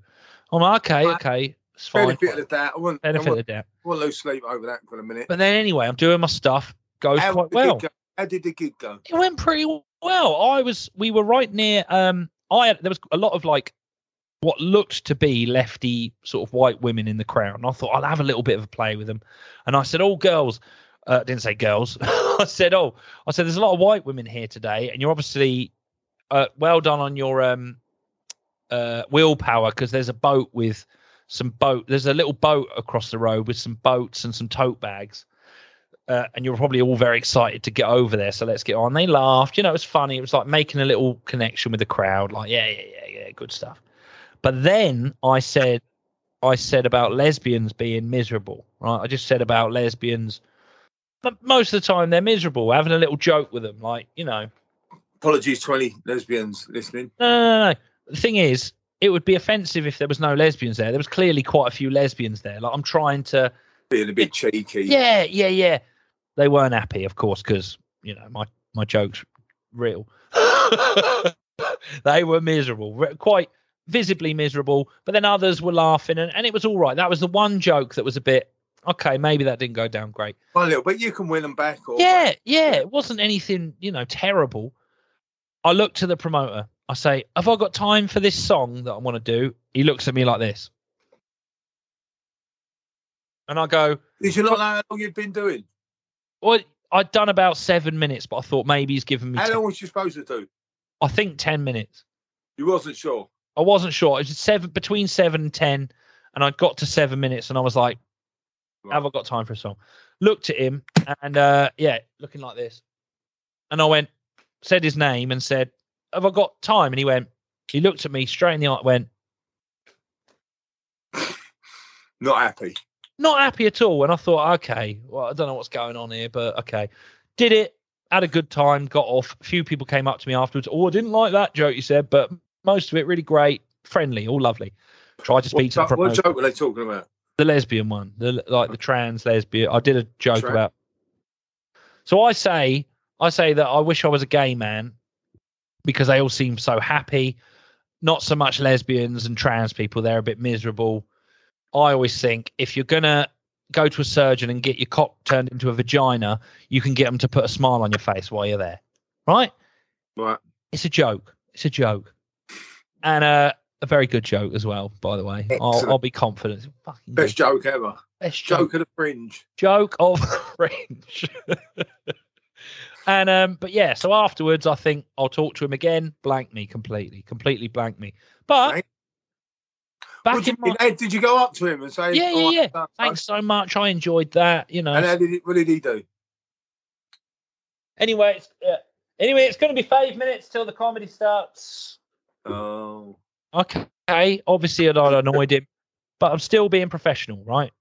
Speaker 2: I'm like, okay,
Speaker 1: Right.
Speaker 2: okay, it's fine.
Speaker 1: benefit of the doubt. I wouldn't, I
Speaker 2: Benefit of
Speaker 1: wouldn't,
Speaker 2: the doubt.
Speaker 1: wouldn't lose sleep over that for a minute.
Speaker 2: But then anyway, I'm doing my stuff, goes
Speaker 1: How
Speaker 2: quite
Speaker 1: did it
Speaker 2: well.
Speaker 1: go? How did the gig go?
Speaker 2: It went pretty well. I was. We were right near. Um, I had, there was a lot of like what looked to be lefty sort of white women in the crowd, and I thought I'll have a little bit of a play with them. And I said, "Oh, girls." Uh, didn't say girls. <laughs> I said, "Oh, I said there's a lot of white women here today, and you're obviously uh, well done on your um uh willpower because there's a boat with some boat. There's a little boat across the road with some boats and some tote bags." uh, and you're probably all very excited to get over there. So let's get on. They laughed. You know, it was funny. It was like making a little connection with the crowd. Like, yeah, yeah, yeah, yeah, good stuff. But then I said, I said about lesbians being miserable. Right? I just said about lesbians. But most of the time they're miserable. Having a little joke with them, like you know,
Speaker 1: Apologies to any lesbians listening.
Speaker 2: no, no, no, no. The thing is, it would be offensive if there was no lesbians there. There was clearly quite a few lesbians there. Like I'm trying to.
Speaker 1: Being a bit cheeky.
Speaker 2: Yeah, yeah, yeah. They weren't happy, of course, because you know my my jokes real. <laughs> they were miserable, re- quite visibly miserable. But then others were laughing, and, and it was all right. That was the one joke that was a bit okay. Maybe that didn't go down great.
Speaker 1: Well, a little bit. You can win them back. Or
Speaker 2: Yeah, yeah. It wasn't anything, you know, terrible. I look to the promoter. I say, Have I got time for this song that I want to do? He looks at me like this. And I go,
Speaker 1: Did you not know how long you've been doing?
Speaker 2: Well, I'd done about seven minutes, but I thought maybe he's given me,
Speaker 1: How
Speaker 2: ten-
Speaker 1: long was you supposed to do?
Speaker 2: I think, 10 minutes.
Speaker 1: You wasn't sure.
Speaker 2: I wasn't sure. It was seven between seven and 10. And I got to seven minutes and I was like, have I got time for a song? Looked at him and uh, yeah, looking like this. And I went, said his name and said, Have I got time? And he went, he looked at me straight in the eye, went,
Speaker 1: Not happy.
Speaker 2: not happy at all. And I thought, okay, well, I don't know what's going on here, but okay. Did it, had a good time, got off. A few people came up to me afterwards. Oh, I didn't like that joke you said, but most of it really great, friendly, all lovely. Tried to speak
Speaker 1: What, jo-
Speaker 2: to the,
Speaker 1: what
Speaker 2: promoter.
Speaker 1: joke were they talking about?
Speaker 2: the lesbian one, the like the trans lesbian. I did a joke
Speaker 1: Trans.
Speaker 2: about. So I say, I say that I wish I was a gay man, because they all seem so happy. Not so much lesbians and trans people; they're a bit miserable. I always think if you're gonna go to a surgeon and get your cock turned into a vagina, you can get them to put a smile on your face while you're there, right?
Speaker 1: Right.
Speaker 2: It's a joke. It's a joke, and uh, a very good joke as well, by the way. I'll,
Speaker 1: Excellent.
Speaker 2: I'll be confident. It's a Fucking good
Speaker 1: Best joke ever.
Speaker 2: best joke
Speaker 1: Joke of the fringe.
Speaker 2: joke <laughs> of range. and um, but yeah, so afterwards, I think I'll talk to him again. Blank me completely, completely blank me. But
Speaker 1: Right. What
Speaker 2: back
Speaker 1: do
Speaker 2: in
Speaker 1: you
Speaker 2: my
Speaker 1: mean? Hey, Did you go up to him and say,
Speaker 2: Yeah, yeah,
Speaker 1: "All right,
Speaker 2: yeah.
Speaker 1: done, son?"
Speaker 2: thanks so much, I enjoyed that. You know.
Speaker 1: And how did he, what did he do?
Speaker 2: anyway, it's, yeah. anyway, it's going to be five minutes till the comedy starts.
Speaker 1: Oh,
Speaker 2: Okay, obviously, I'd I'd annoyed him, but I'm still being professional, right?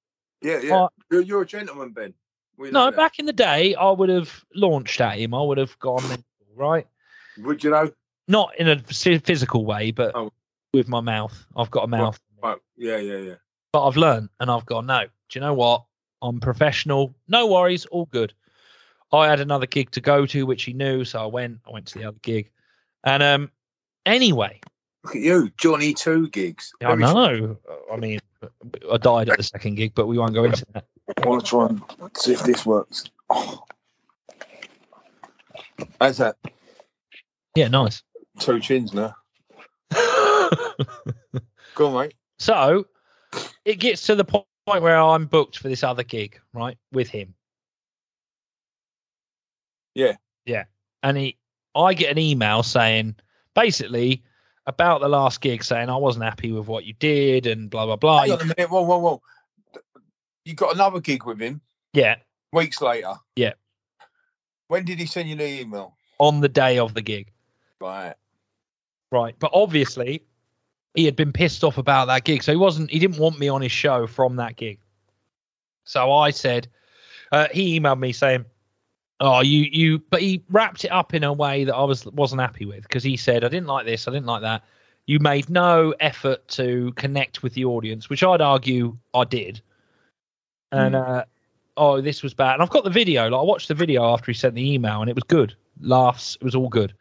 Speaker 1: yeah, yeah.
Speaker 2: Uh,
Speaker 1: you're, you're a gentleman, Ben. We
Speaker 2: No,
Speaker 1: know that.
Speaker 2: back in the day, I would have launched at him. I would have gone mental, right.
Speaker 1: Would you know?
Speaker 2: not in a phys- physical way, but
Speaker 1: Oh.
Speaker 2: with my mouth. I've got a mouth,
Speaker 1: Right. Yeah, yeah, yeah.
Speaker 2: but I've learned and I've gone, no, do you know what? I'm professional. No worries. All good. I had another gig to go to, which he knew. So I went, I went to the other gig. And um, anyway,
Speaker 1: Look at you, Johnny Two Gigs.
Speaker 2: I know. I mean, I died at the second gig, but we won't go into that.
Speaker 1: want to try and see if this works. Oh. How's that? <laughs>
Speaker 2: Yeah, nice.
Speaker 1: Two chins now. Go on, mate.
Speaker 2: So it gets to the po- point where I'm booked for this other gig, right, with him.
Speaker 1: Yeah.
Speaker 2: Yeah. And he, I get an email saying basically about the last gig saying I wasn't happy with what you did and blah, blah, blah.
Speaker 1: Hang on a minute. Whoa, whoa, whoa. You got another gig with him
Speaker 2: yeah.
Speaker 1: weeks later.
Speaker 2: Yeah.
Speaker 1: When did he send you the email?
Speaker 2: On the day of the gig.
Speaker 1: Right.
Speaker 2: Right. But obviously he had been pissed off about that gig. So he wasn't, he didn't want me on his show from that gig. So I said, uh, he emailed me saying, "Oh, you you," but he wrapped it up in a way that I was wasn't happy with because he said, "I didn't like this, I didn't like that." You made no effort to connect with the audience, which I'd argue I did. And uh, oh, this was bad. And I've got the video. Like I watched the video after he sent the email, and it was good. Laughs. It was all good.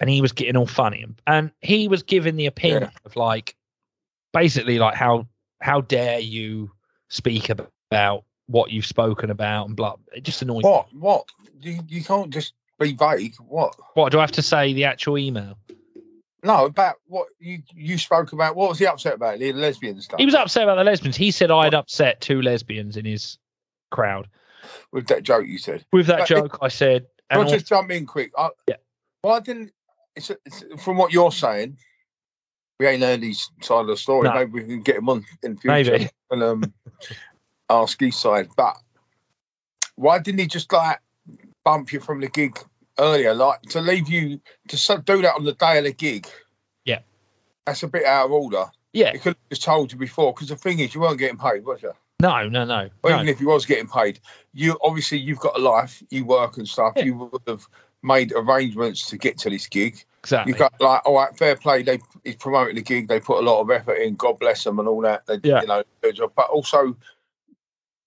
Speaker 2: And he was getting all funny, and- and he was giving the opinion of like, basically like how how dare you speak ab- about what you've spoken about and blah. It just annoys.
Speaker 1: What? What? You, you can't just be vague. What?
Speaker 2: What do I have to say? The actual email.
Speaker 1: No, about what you you spoke about. What was he upset about? The lesbian stuff.
Speaker 2: He was upset about the lesbians. He said I'd upset two lesbians in his crowd
Speaker 1: with that joke you said.
Speaker 2: with that
Speaker 1: But Uh, it-
Speaker 2: joke. I said, and
Speaker 1: I'll
Speaker 2: also-
Speaker 1: just jump in quick. I,
Speaker 2: Yeah.
Speaker 1: Why didn't? It's, it's, from what you're saying, we ain't heard his side of the story.
Speaker 2: No.
Speaker 1: Maybe we can get him on in future
Speaker 2: Maybe.
Speaker 1: and um, ask his side. But why didn't he just like bump you from the gig earlier, like to leave you to so, do that on the day of the gig?
Speaker 2: Yeah.
Speaker 1: that's a bit out of order.
Speaker 2: <laughs> yeah,
Speaker 1: He could have just told you before, because the thing is, you weren't getting paid, was you?
Speaker 2: no, no, no,
Speaker 1: Or
Speaker 2: no.
Speaker 1: even if you was getting paid, you obviously you've got a life, you work and stuff.
Speaker 2: Yeah.
Speaker 1: You would have made arrangements to get to this gig.
Speaker 2: exactly.
Speaker 1: You got like, all right, fair play. They he's promoting the gig. They put a lot of effort in. God bless them and all that. They,
Speaker 2: Yeah.
Speaker 1: you know, their job. but also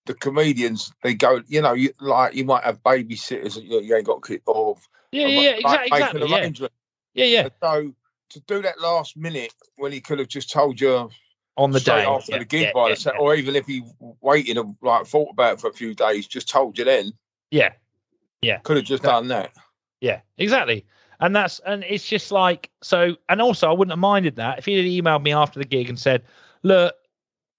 Speaker 1: the comedians, they go. You know, you like you might have babysitters that you, you ain't got kids or
Speaker 2: yeah, yeah, yeah,
Speaker 1: like,
Speaker 2: exactly,
Speaker 1: making
Speaker 2: exactly, yeah,
Speaker 1: arrangements.
Speaker 2: yeah, yeah.
Speaker 1: And So to do that last minute when he could have just told you
Speaker 2: On the
Speaker 1: straight
Speaker 2: day
Speaker 1: after
Speaker 2: yeah,
Speaker 1: the gig
Speaker 2: yeah,
Speaker 1: by
Speaker 2: yeah,
Speaker 1: the set, or even if he waited and like thought about it for a few days, just told you then,
Speaker 2: yeah,
Speaker 1: could have just
Speaker 2: No.
Speaker 1: done that.
Speaker 2: yeah, exactly. And that's and it's just like so. And also, I wouldn't have minded that if he had emailed me after the gig and said, "Look,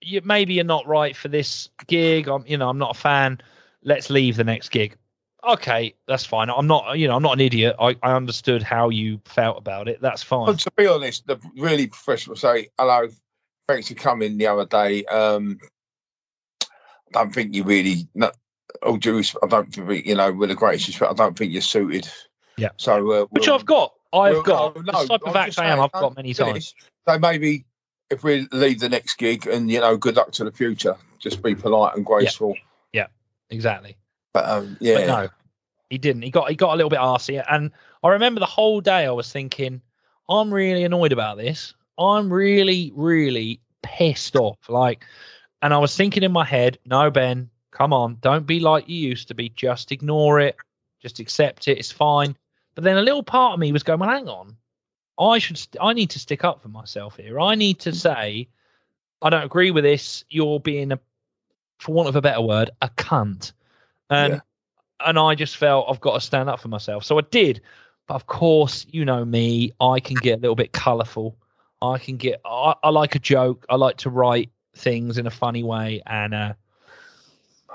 Speaker 2: you, maybe you're not right for this gig. I'm, you know, I'm not a fan. Let's leave the next gig." Okay, that's fine. I'm not, you know, I'm not an idiot. I, I understood how you felt about it. That's fine.
Speaker 1: But to be honest, the really professional say, hello, thanks for coming the other day. Um, I don't think you really, no, all due respect, I don't think, you know, with the greatest respect, I don't think you're suited.
Speaker 2: Yeah.
Speaker 1: So, uh,
Speaker 2: Which
Speaker 1: we'll-
Speaker 2: I've got. I've
Speaker 1: we'll-
Speaker 2: got
Speaker 1: no,
Speaker 2: the
Speaker 1: no,
Speaker 2: type of
Speaker 1: I'm
Speaker 2: act
Speaker 1: just
Speaker 2: I am.
Speaker 1: saying,
Speaker 2: I've got many times.
Speaker 1: Finish. So maybe if we leave the next gig and, you know, good luck to the future, just be polite and graceful.
Speaker 2: Exactly.
Speaker 1: But, um, yeah.
Speaker 2: But no, he didn't. He got he got a little bit arsey. And I remember the whole day I was thinking, I'm really annoyed about this. I'm really, really pissed off. Like, and I was thinking in my head, no, Ben, come on, don't be like you used to be. Just ignore it. Just accept it. It's fine. But then a little part of me was going, well, hang on. I should. St- I need to stick up for myself here. I need to say, I don't agree with this. You're being a, for want of a better word, a cunt. And
Speaker 1: Yeah.
Speaker 2: and I just felt I've got to stand up for myself. So I did. But of course, you know me, I can get a little bit colourful. I can get I, I like a joke. I like to write things in a funny way and uh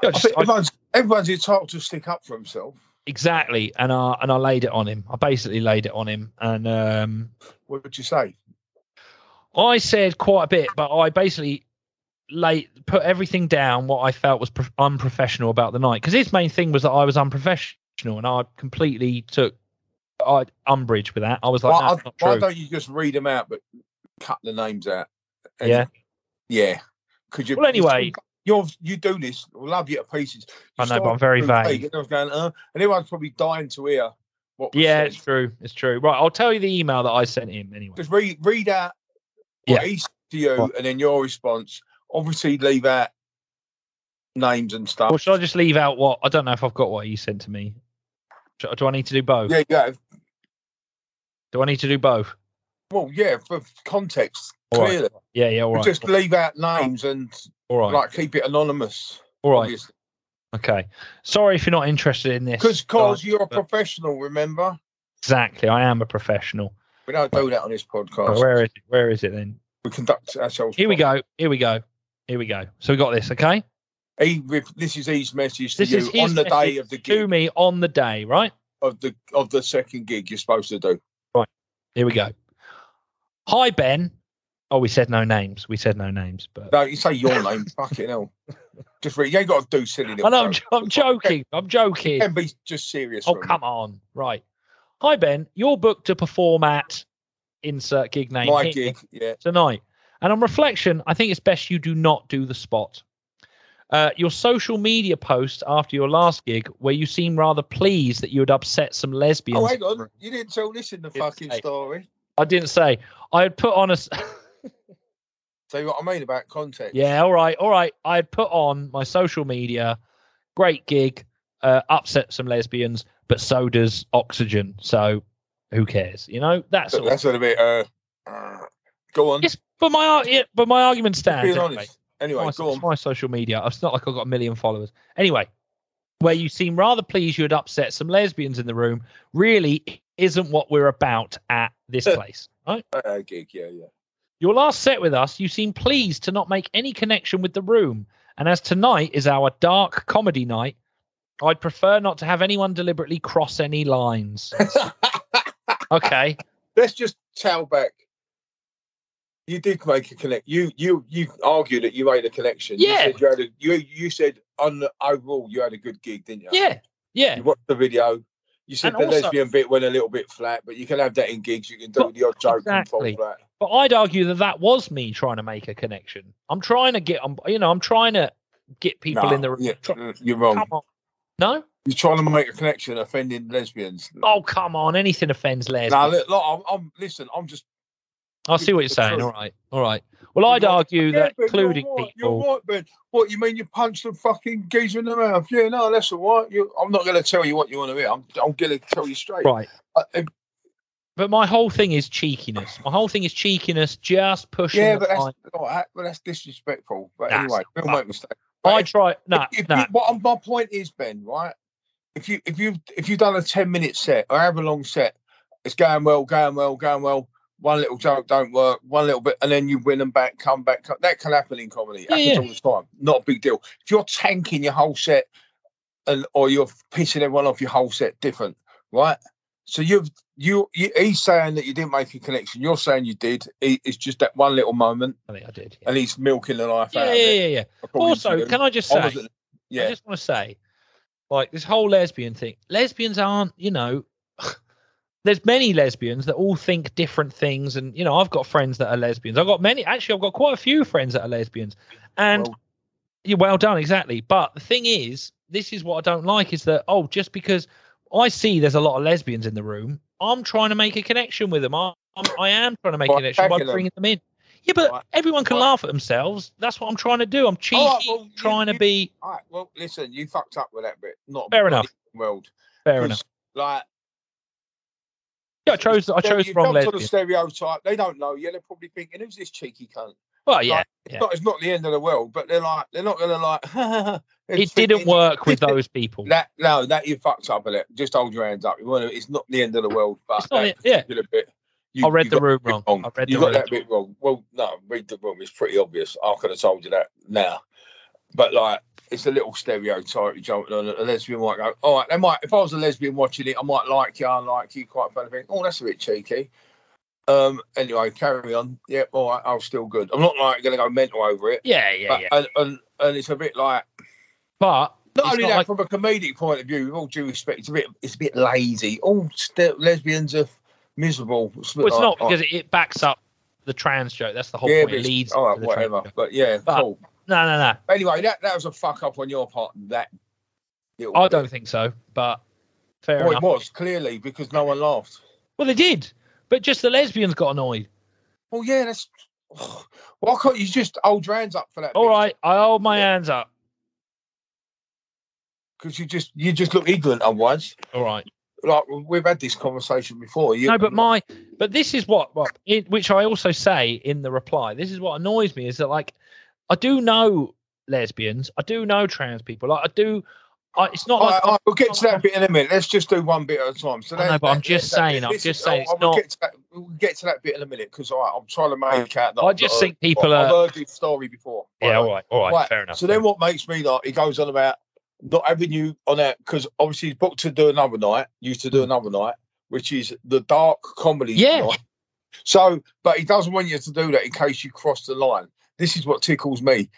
Speaker 2: yeah,
Speaker 1: I
Speaker 2: just-
Speaker 1: think
Speaker 2: I-
Speaker 1: everyone's, everyone's entitled to stick up for himself.
Speaker 2: exactly and I and I laid it on him. I basically laid it on him and um
Speaker 1: What would you say?
Speaker 2: I said quite a bit, but I basically late put everything down what I felt was prof- unprofessional about the night because his main thing was that I was unprofessional and I completely took I umbrage with that. I was like,
Speaker 1: why,
Speaker 2: "No,
Speaker 1: I-
Speaker 2: that's not
Speaker 1: why
Speaker 2: true."
Speaker 1: don't you just read them out but cut the names out? And-
Speaker 2: Yeah.
Speaker 1: Yeah. Could you?
Speaker 2: Well, anyway-
Speaker 1: You're, you do this. We'll love you to pieces. You
Speaker 2: I know, but
Speaker 1: started
Speaker 2: I'm very
Speaker 1: being
Speaker 2: vague.
Speaker 1: And, I was going, uh, and everyone's probably dying to hear what. was
Speaker 2: Yeah,
Speaker 1: said.
Speaker 2: it's true. It's true. Right, I'll tell you the email that I sent him anyway.
Speaker 1: Just read read out what
Speaker 2: Yeah.
Speaker 1: he said to you,
Speaker 2: What?
Speaker 1: and then your response. Obviously, leave out names and stuff.
Speaker 2: Or should I just leave out what I don't know if I've got what he sent to me? Sh- Do I need to do both?
Speaker 1: yeah, yeah.
Speaker 2: Do I need to do both?
Speaker 1: Well, yeah, for context,
Speaker 2: All right.
Speaker 1: clearly.
Speaker 2: Yeah, yeah, all right.
Speaker 1: Just leave out names and
Speaker 2: all right.
Speaker 1: like keep it anonymous.
Speaker 2: all right.
Speaker 1: obviously.
Speaker 2: Okay. Sorry if you're not interested in this.
Speaker 1: Because, cause
Speaker 2: Right,
Speaker 1: you're a
Speaker 2: but-
Speaker 1: professional, remember?
Speaker 2: Exactly. I am a professional.
Speaker 1: We don't do that on this
Speaker 2: But
Speaker 1: podcast.
Speaker 2: Oh, where is it? Where is it then?
Speaker 1: we conduct ourselves.
Speaker 2: Here we go. Here we go. Here we go. So we got this, okay?
Speaker 1: properly. He, re- this is his message to
Speaker 2: This
Speaker 1: you
Speaker 2: is his
Speaker 1: on the day
Speaker 2: message
Speaker 1: of the
Speaker 2: To
Speaker 1: gig
Speaker 2: me on the day, right?
Speaker 1: of the of the second gig you're supposed to do.
Speaker 2: Here we go. Hi Ben. Oh, we said no names. We said no names, but
Speaker 1: No, you say your
Speaker 2: <laughs>
Speaker 1: name, fucking hell. Just read. You ain't got to do silly little.
Speaker 2: I know, I'm,
Speaker 1: jokes.
Speaker 2: I'm joking. I'm joking.
Speaker 1: Can be just serious.
Speaker 2: Oh,
Speaker 1: for a
Speaker 2: come on. Right. Hi, Ben. You're booked to perform at insert gig
Speaker 1: minute.
Speaker 2: name
Speaker 1: My
Speaker 2: here
Speaker 1: gig, yeah.
Speaker 2: tonight. And on reflection, I think it's best you do not do the spot. Uh, your social media post after your last gig, where you seem rather pleased that you had upset some lesbians.
Speaker 1: Oh, hang on. You didn't tell this in the
Speaker 2: Didn't
Speaker 1: fucking
Speaker 2: say.
Speaker 1: story.
Speaker 2: I didn't say. I had put on a. s- <laughs>
Speaker 1: So what I mean about context.
Speaker 2: yeah, all right, all right. I had put on my social media, great gig, uh, upset some lesbians, but so does oxygen. So who cares? You know, that's
Speaker 1: So
Speaker 2: all.
Speaker 1: that's a little bit. Uh, uh, go on.
Speaker 2: Yes, but my ar- yeah, but my argument stands.
Speaker 1: Being
Speaker 2: anyway.
Speaker 1: honest. Anyway,
Speaker 2: my,
Speaker 1: go
Speaker 2: it's
Speaker 1: on.
Speaker 2: my social media. It's not like I've got a million followers. Anyway, where you seem rather pleased you had upset some lesbians in the room, really isn't what we're about at this place. Right?
Speaker 1: Uh, gig, yeah, yeah.
Speaker 2: Your last set with us, you seem pleased to not make any connection with the room. And as tonight is our dark comedy night, I'd prefer not to have anyone deliberately cross
Speaker 1: <laughs>
Speaker 2: any lines. okay.
Speaker 1: Let's just tell back. You did make a connect. You you you argued that you made a connection.
Speaker 2: Yeah.
Speaker 1: You said you had a, you, you said on the overall you had a good gig, didn't you?
Speaker 2: Yeah. Yeah.
Speaker 1: You watched the video. You said
Speaker 2: And
Speaker 1: the
Speaker 2: also-
Speaker 1: lesbian bit went a little bit flat, but you can have that in gigs. You can do
Speaker 2: Well,
Speaker 1: the odd joke
Speaker 2: exactly.
Speaker 1: and fall flat.
Speaker 2: But I'd argue that that was me trying to make a connection. I'm trying to get, I'm, you know, I'm trying to get people
Speaker 1: Nah,
Speaker 2: in the room.
Speaker 1: yeah,
Speaker 2: Try-
Speaker 1: mm, you're wrong.
Speaker 2: come on. No?
Speaker 1: You're trying to make a connection, offending lesbians.
Speaker 2: Oh, come on. Anything offends lesbians.
Speaker 1: Now, look, look, I'm, I'm listen. I'm just
Speaker 2: I see what you're
Speaker 1: the
Speaker 2: saying.
Speaker 1: truth.
Speaker 2: All right. All right. Well, I'd
Speaker 1: You're right.
Speaker 2: argue that
Speaker 1: but
Speaker 2: including
Speaker 1: you're right,
Speaker 2: people.
Speaker 1: You're right, Ben. What you mean? You punched the fucking geezer in the mouth? Yeah, no, that's all right. You, I'm not going to tell you what you want to hear. I'm, I'm going to tell you straight.
Speaker 2: Right.
Speaker 1: Uh, uh,
Speaker 2: But my whole thing is cheekiness. My whole thing is cheekiness, just pushing.
Speaker 1: yeah,
Speaker 2: the
Speaker 1: but that's,
Speaker 2: line.
Speaker 1: oh, that- well, that's disrespectful. But
Speaker 2: Nah,
Speaker 1: anyway,
Speaker 2: it's
Speaker 1: we'll
Speaker 2: not.
Speaker 1: make mistakes.
Speaker 2: I
Speaker 1: But
Speaker 2: try. No,
Speaker 1: if, if
Speaker 2: no.
Speaker 1: you, what my point is, Ben, right? If you if you if you've done a ten minute set or however long set, it's going well, going well, going well. One little joke don't work, one little bit, and then you win them back, come back. Come, that can happen in comedy.
Speaker 2: Yeah,
Speaker 1: happens all the time. Not a big deal. If you're tanking your whole set, and or you're pissing everyone off your whole set, different, right? So you've you, you he's saying that you didn't make a connection. You're saying you did. He, it's just that one little moment,
Speaker 2: I think I did. Yeah,
Speaker 1: and he's milking the life out
Speaker 2: yeah,
Speaker 1: of
Speaker 2: yeah,
Speaker 1: it.
Speaker 2: yeah, yeah.
Speaker 1: according to
Speaker 2: Also,
Speaker 1: you.
Speaker 2: can I just
Speaker 1: I
Speaker 2: say?
Speaker 1: wasn't- yeah.
Speaker 2: I just want to say, like this whole lesbian thing. Lesbians aren't, you know, <sighs> there's many lesbians that all think different things, and you know, I've got friends that are lesbians. I've got many, actually, I've got quite a few friends that are lesbians, and
Speaker 1: Well-
Speaker 2: yeah, well done, exactly. But the thing is, this is what I don't like is that oh, just because I see there's a lot of lesbians in the room, I'm trying to make a connection with them. I, I'm, I am trying to make a
Speaker 1: By
Speaker 2: connection by
Speaker 1: attacking them.
Speaker 2: bringing them in. Yeah, but
Speaker 1: Right.
Speaker 2: everyone can
Speaker 1: Right.
Speaker 2: laugh at themselves. That's what I'm trying to do. I'm cheeky,
Speaker 1: All right, Oh, well, you-
Speaker 2: trying to
Speaker 1: you-
Speaker 2: be
Speaker 1: All right, well, listen, you fucked up with that bit. Not
Speaker 2: Fair enough.
Speaker 1: World.
Speaker 2: fair enough.
Speaker 1: Like,
Speaker 2: Yeah, I chose. I
Speaker 1: you-
Speaker 2: chose the
Speaker 1: you've
Speaker 2: wrong
Speaker 1: gone to
Speaker 2: lesbian.
Speaker 1: the stereotype. They don't know you. They're probably thinking, "Who's this cheeky cunt?"
Speaker 2: Well, yeah,
Speaker 1: Like, it's
Speaker 2: yeah.
Speaker 1: not. It's not the end of the world, but they're like, they're not gonna like. <laughs> They're
Speaker 2: it
Speaker 1: thinking,
Speaker 2: didn't work with
Speaker 1: "Listen,
Speaker 2: those people.
Speaker 1: That no, that you fucked up with it. Just hold your hands up. You wanna- It's not the end of the world, but
Speaker 2: It's not
Speaker 1: that
Speaker 2: it- yeah.
Speaker 1: particular bit. You,
Speaker 2: I read
Speaker 1: you
Speaker 2: the
Speaker 1: got
Speaker 2: room
Speaker 1: it
Speaker 2: wrong. I read
Speaker 1: you
Speaker 2: the
Speaker 1: got
Speaker 2: room.
Speaker 1: that bit wrong. Well, no, read the room. It's pretty obvious. I could have told you that now. But like, it's a little stereotype you're jumping on. A lesbian might go, all right, they might. If I was a lesbian watching it, I might like you, I like you, quite funny thing. Oh, that's a bit cheeky. Um. Anyway, carry on. Yeah, all right, I was still good. I'm not like going to go mental over it.
Speaker 2: Yeah, yeah,
Speaker 1: but,
Speaker 2: yeah.
Speaker 1: And, and and it's a bit like
Speaker 2: But
Speaker 1: not
Speaker 2: It's
Speaker 1: only
Speaker 2: not
Speaker 1: that
Speaker 2: like-
Speaker 1: from a comedic point of view. With all due respect, it's a bit it's a bit lazy. All st- lesbians are miserable. a bit
Speaker 2: well, it's
Speaker 1: like,
Speaker 2: not
Speaker 1: oh,
Speaker 2: because it, it backs up the trans joke. That's the whole
Speaker 1: yeah,
Speaker 2: point.
Speaker 1: but
Speaker 2: It
Speaker 1: it's-
Speaker 2: leads.
Speaker 1: all
Speaker 2: to
Speaker 1: right,
Speaker 2: the trans
Speaker 1: whatever.
Speaker 2: joke.
Speaker 1: But yeah,
Speaker 2: But-
Speaker 1: cool.
Speaker 2: No, no, no.
Speaker 1: Anyway, that, that was a fuck up on your part. That little
Speaker 2: I don't think so. But fair
Speaker 1: Well,
Speaker 2: enough.
Speaker 1: it was clearly because no one laughed.
Speaker 2: Well, they did, but just the lesbians got annoyed.
Speaker 1: Well, yeah, that's. <sighs> why can't you just hold your hands up for that?
Speaker 2: All right, I hold my hands up.
Speaker 1: because you just you just look ignorant otherwise.
Speaker 2: All right.
Speaker 1: Like we've had this conversation before. You,
Speaker 2: No, but my, but this is what, what it, which I also say in the reply. This is what annoys me is that like, I do know lesbians, I do know trans people, like I do. I, it's not
Speaker 1: All
Speaker 2: like
Speaker 1: right, all right, we'll get to that bit in a minute. Let's just do one bit at a time. So
Speaker 2: I know,
Speaker 1: that-
Speaker 2: but I'm
Speaker 1: that-
Speaker 2: just
Speaker 1: that-
Speaker 2: saying, I'm
Speaker 1: listen,
Speaker 2: just saying
Speaker 1: I-
Speaker 2: it's
Speaker 1: I will
Speaker 2: not-
Speaker 1: Get to that, we'll get to that bit in a minute because I'm trying to make out. That
Speaker 2: I
Speaker 1: I've
Speaker 2: just
Speaker 1: not
Speaker 2: think
Speaker 1: heard
Speaker 2: people
Speaker 1: before. I've
Speaker 2: are-
Speaker 1: heard this story before.
Speaker 2: yeah, all right, all right, fair enough.
Speaker 1: So then, what makes me like he goes on about not having you on that because obviously he's booked to do another night. Used to do another night, which is the dark comedy.
Speaker 2: Mm. Yeah.
Speaker 1: Night. <laughs> So, but he doesn't want you to do that in case you cross the line. This is what tickles me.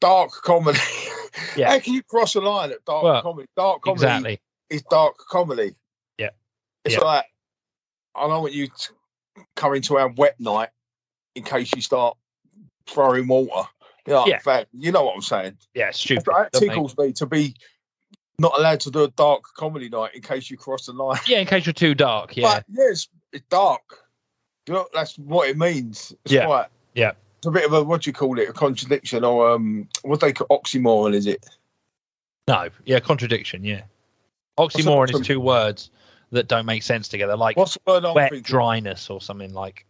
Speaker 1: Dark comedy. <laughs>
Speaker 2: Yeah.
Speaker 1: How can you cross a line at dark
Speaker 2: Well,
Speaker 1: comedy? Dark comedy
Speaker 2: exactly.
Speaker 1: is dark comedy.
Speaker 2: Yeah.
Speaker 1: It's
Speaker 2: Yeah.
Speaker 1: like I don't want you to come into our wet night in case you start throwing water. You know,
Speaker 2: Yeah.
Speaker 1: fact, you know what I'm saying.
Speaker 2: Yeah, it's stupid.
Speaker 1: That
Speaker 2: Doesn't make-
Speaker 1: tickles me to be not allowed to do a dark comedy night in case you cross the line.
Speaker 2: Yeah, in case you're too dark. Yeah,
Speaker 1: But yes, it's dark. You know, that's what it means. It's
Speaker 2: Yeah.
Speaker 1: quite
Speaker 2: Yeah.
Speaker 1: It's a bit of a what do you call it? A contradiction or um what they call oxymoron, is it?
Speaker 2: no, yeah, contradiction. Yeah, oxymoron
Speaker 1: What's
Speaker 2: is two words that don't make sense together, like
Speaker 1: What's the word I'm
Speaker 2: wet
Speaker 1: thinking?
Speaker 2: dryness or something like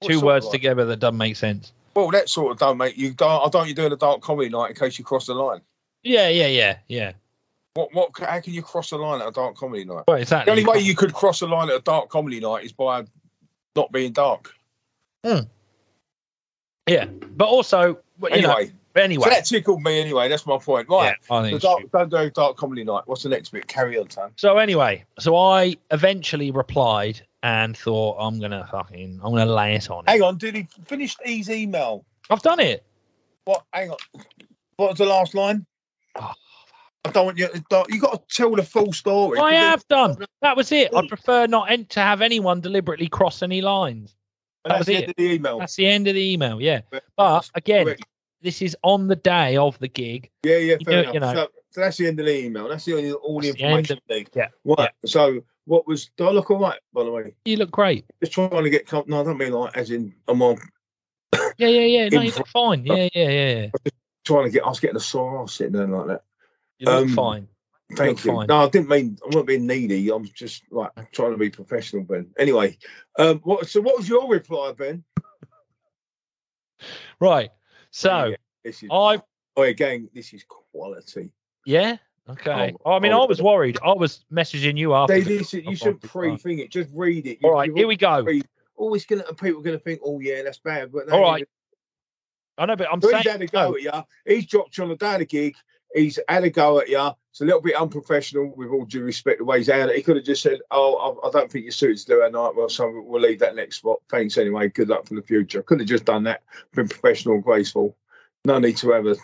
Speaker 1: What
Speaker 2: two
Speaker 1: sort of
Speaker 2: words
Speaker 1: like-
Speaker 2: together that doesn't make sense.
Speaker 1: Well, that sort of don't make you don't. I don't you doing a dark comedy night in case you cross the line.
Speaker 2: Yeah, yeah, yeah, yeah.
Speaker 1: What what? How can you cross a line at a dark comedy night?
Speaker 2: Well, exactly.
Speaker 1: The only way you could cross a line at a dark comedy night is by not being dark.
Speaker 2: yeah, but also, but, you know,
Speaker 1: Anyway,
Speaker 2: but anyway,
Speaker 1: so that tickled me. Anyway, that's my point. Right.
Speaker 2: yeah, I think
Speaker 1: The
Speaker 2: it's
Speaker 1: dark,
Speaker 2: stupid.
Speaker 1: don't do dark comedy night. What's the next bit? Carry on, Sam.
Speaker 2: So anyway, so I eventually replied and thought I'm gonna fucking I'm gonna lay it on. It.
Speaker 1: Hang on, did he finish his email?
Speaker 2: I've done it.
Speaker 1: What? Hang on. What was the last line?
Speaker 2: Oh.
Speaker 1: I don't want you. Don't, you got to tell the full story.
Speaker 2: I have done. That was it. I
Speaker 1: Please.
Speaker 2: prefer not en- to have anyone deliberately cross any lines.
Speaker 1: And that's
Speaker 2: that was
Speaker 1: the
Speaker 2: it.
Speaker 1: end of the email.
Speaker 2: That's the end of the email. Yeah,
Speaker 1: But-
Speaker 2: but again,
Speaker 1: Oh. Correct.
Speaker 2: this is on the day of the gig.
Speaker 1: yeah, yeah,
Speaker 2: you
Speaker 1: fair
Speaker 2: know-
Speaker 1: enough.
Speaker 2: you know.
Speaker 1: so, so that's the end of the email. That's the only all the
Speaker 2: That's the end
Speaker 1: information you need.
Speaker 2: yeah,
Speaker 1: Right. So what was? Do I look all right? By the way,
Speaker 2: You look great.
Speaker 1: just trying to get. Com- no, I don't mean like as in I'm on,
Speaker 2: Yeah, yeah, yeah. No,
Speaker 1: In
Speaker 2: you
Speaker 1: <laughs>
Speaker 2: look fine. Yeah, yeah, yeah. yeah.
Speaker 1: trying to get. I was getting a sore ass sitting there like that.
Speaker 2: You look
Speaker 1: Um,
Speaker 2: fine.
Speaker 1: Thank
Speaker 2: That's
Speaker 1: you.
Speaker 2: fine.
Speaker 1: No, I didn't mean I'm not being needy. I'm just like trying to be professional, Ben. Anyway, um, what? So what was your reply, Ben?
Speaker 2: Right. So
Speaker 1: Yeah, this is.
Speaker 2: I
Speaker 1: Oh, again, this is quality.
Speaker 2: yeah. Okay.
Speaker 1: Oh,
Speaker 2: I mean,
Speaker 1: oh,
Speaker 2: I was worried. I was messaging you after.
Speaker 1: They,
Speaker 2: the-
Speaker 1: this, you should pre-think it. Just read it. You,
Speaker 2: All right,
Speaker 1: you've
Speaker 2: here we go.
Speaker 1: already- Always gonna people are gonna think, oh yeah, that's bad. But they
Speaker 2: All
Speaker 1: ain't
Speaker 2: right, I know, but I'm
Speaker 1: So
Speaker 2: saying
Speaker 1: he's had a go at you. He's dropped you on the day of the gig. He's had a go at you. It's a little bit unprofessional, with all due respect, the way he's had it. He could have just said, "Oh, I, I don't think you're suited to do our night well, so we'll leave that next spot. Thanks anyway. Good luck for the future." Could have just done that. Been professional, and graceful. No need to ever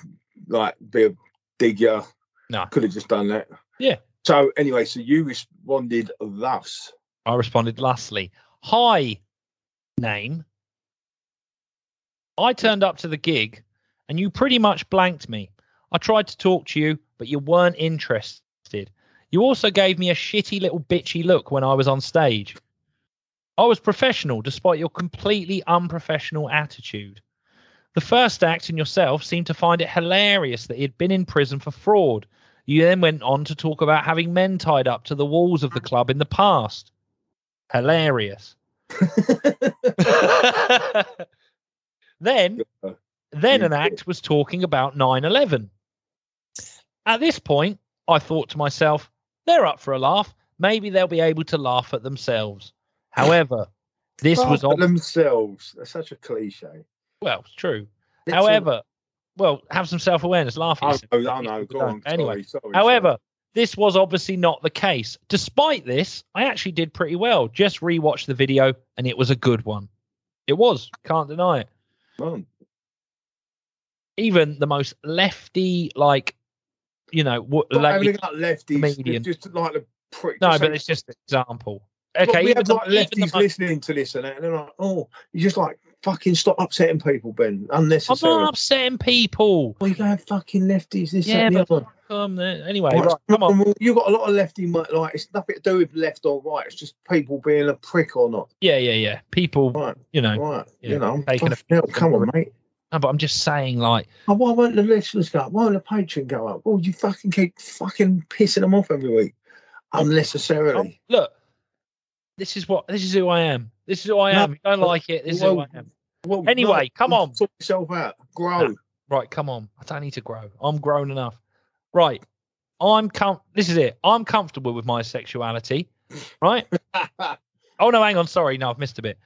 Speaker 1: like be a digger.
Speaker 2: No.
Speaker 1: could have just done that.
Speaker 2: Yeah.
Speaker 1: So anyway, so you responded thus.
Speaker 2: I responded lastly, Hi, name. I turned up to the gig and you pretty much blanked me. I tried to talk to you, but you weren't interested. You also gave me a shitty little bitchy look when I was on stage. I was professional despite your completely unprofessional attitude. The first act and yourself seemed to find it hilarious that he had been in prison for fraud. You then went on to talk about having men tied up to the walls of the club in the past. Hilarious. then, then an act was talking about 9 11. At this point, I thought to myself, they're up for a laugh. Maybe they'll be able to laugh at themselves. However, this was
Speaker 1: Laugh at
Speaker 2: on.
Speaker 1: themselves. That's such a cliche.
Speaker 2: Well, it's true.
Speaker 1: That's all-
Speaker 2: However, well, have some self awareness, laugh at
Speaker 1: I
Speaker 2: yourself.
Speaker 1: know, Oh, I know. Go on.
Speaker 2: Anyway,
Speaker 1: Sorry, sorry,
Speaker 2: However, this was obviously not the case. Despite this, I actually did pretty well. Just rewatched the video and it was a good one. It was, can't deny it.
Speaker 1: sorry. Come on.
Speaker 2: Even the most lefty, like, you know, what,
Speaker 1: Not
Speaker 2: like,
Speaker 1: having got lefties,
Speaker 2: comedian.
Speaker 1: it's just like the prick.
Speaker 2: no,
Speaker 1: just
Speaker 2: but
Speaker 1: like-
Speaker 2: it's just an example.
Speaker 1: Look,
Speaker 2: Okay,
Speaker 1: we
Speaker 2: even
Speaker 1: have
Speaker 2: the,
Speaker 1: like
Speaker 2: even the
Speaker 1: lefties
Speaker 2: most,
Speaker 1: listening to this and that, and they're like, "Oh, you just like fucking stop upsetting people, Ben,
Speaker 2: I'm
Speaker 1: unnecessarily." "Oh,
Speaker 2: not upsetting people.
Speaker 1: We go fucking lefties, this
Speaker 2: Yeah,
Speaker 1: and the other.
Speaker 2: Um, anyway,
Speaker 1: What's
Speaker 2: right, come on.
Speaker 1: wrong with- You've got a lot of lefty, mo- like it's nothing to do with left or right. It's just people being a prick or not.
Speaker 2: Yeah, yeah, yeah. People,
Speaker 1: Right,
Speaker 2: you know.
Speaker 1: right.
Speaker 2: yeah,
Speaker 1: You know, I'm
Speaker 2: taking a-
Speaker 1: fucking hell, come on,
Speaker 2: <laughs>
Speaker 1: mate.
Speaker 2: No, but I'm just saying, like,
Speaker 1: Oh, why won't the listeners go up? Why won't the patron go up? Oh, you fucking keep fucking pissing them off every week
Speaker 2: I'm-
Speaker 1: unnecessarily.
Speaker 2: look, this is what this is who I am. This is who I
Speaker 1: No,
Speaker 2: am. If you don't
Speaker 1: but-
Speaker 2: like it. This is who
Speaker 1: well,
Speaker 2: I am.
Speaker 1: Well, no,
Speaker 2: Anyway, come on.
Speaker 1: Sort yourself out. Grow.
Speaker 2: Right, come on. I don't need to grow. I'm grown enough. Right. I'm com- this is it. I'm comfortable with my sexuality. Right? oh no, hang on, sorry. No, I've missed a bit.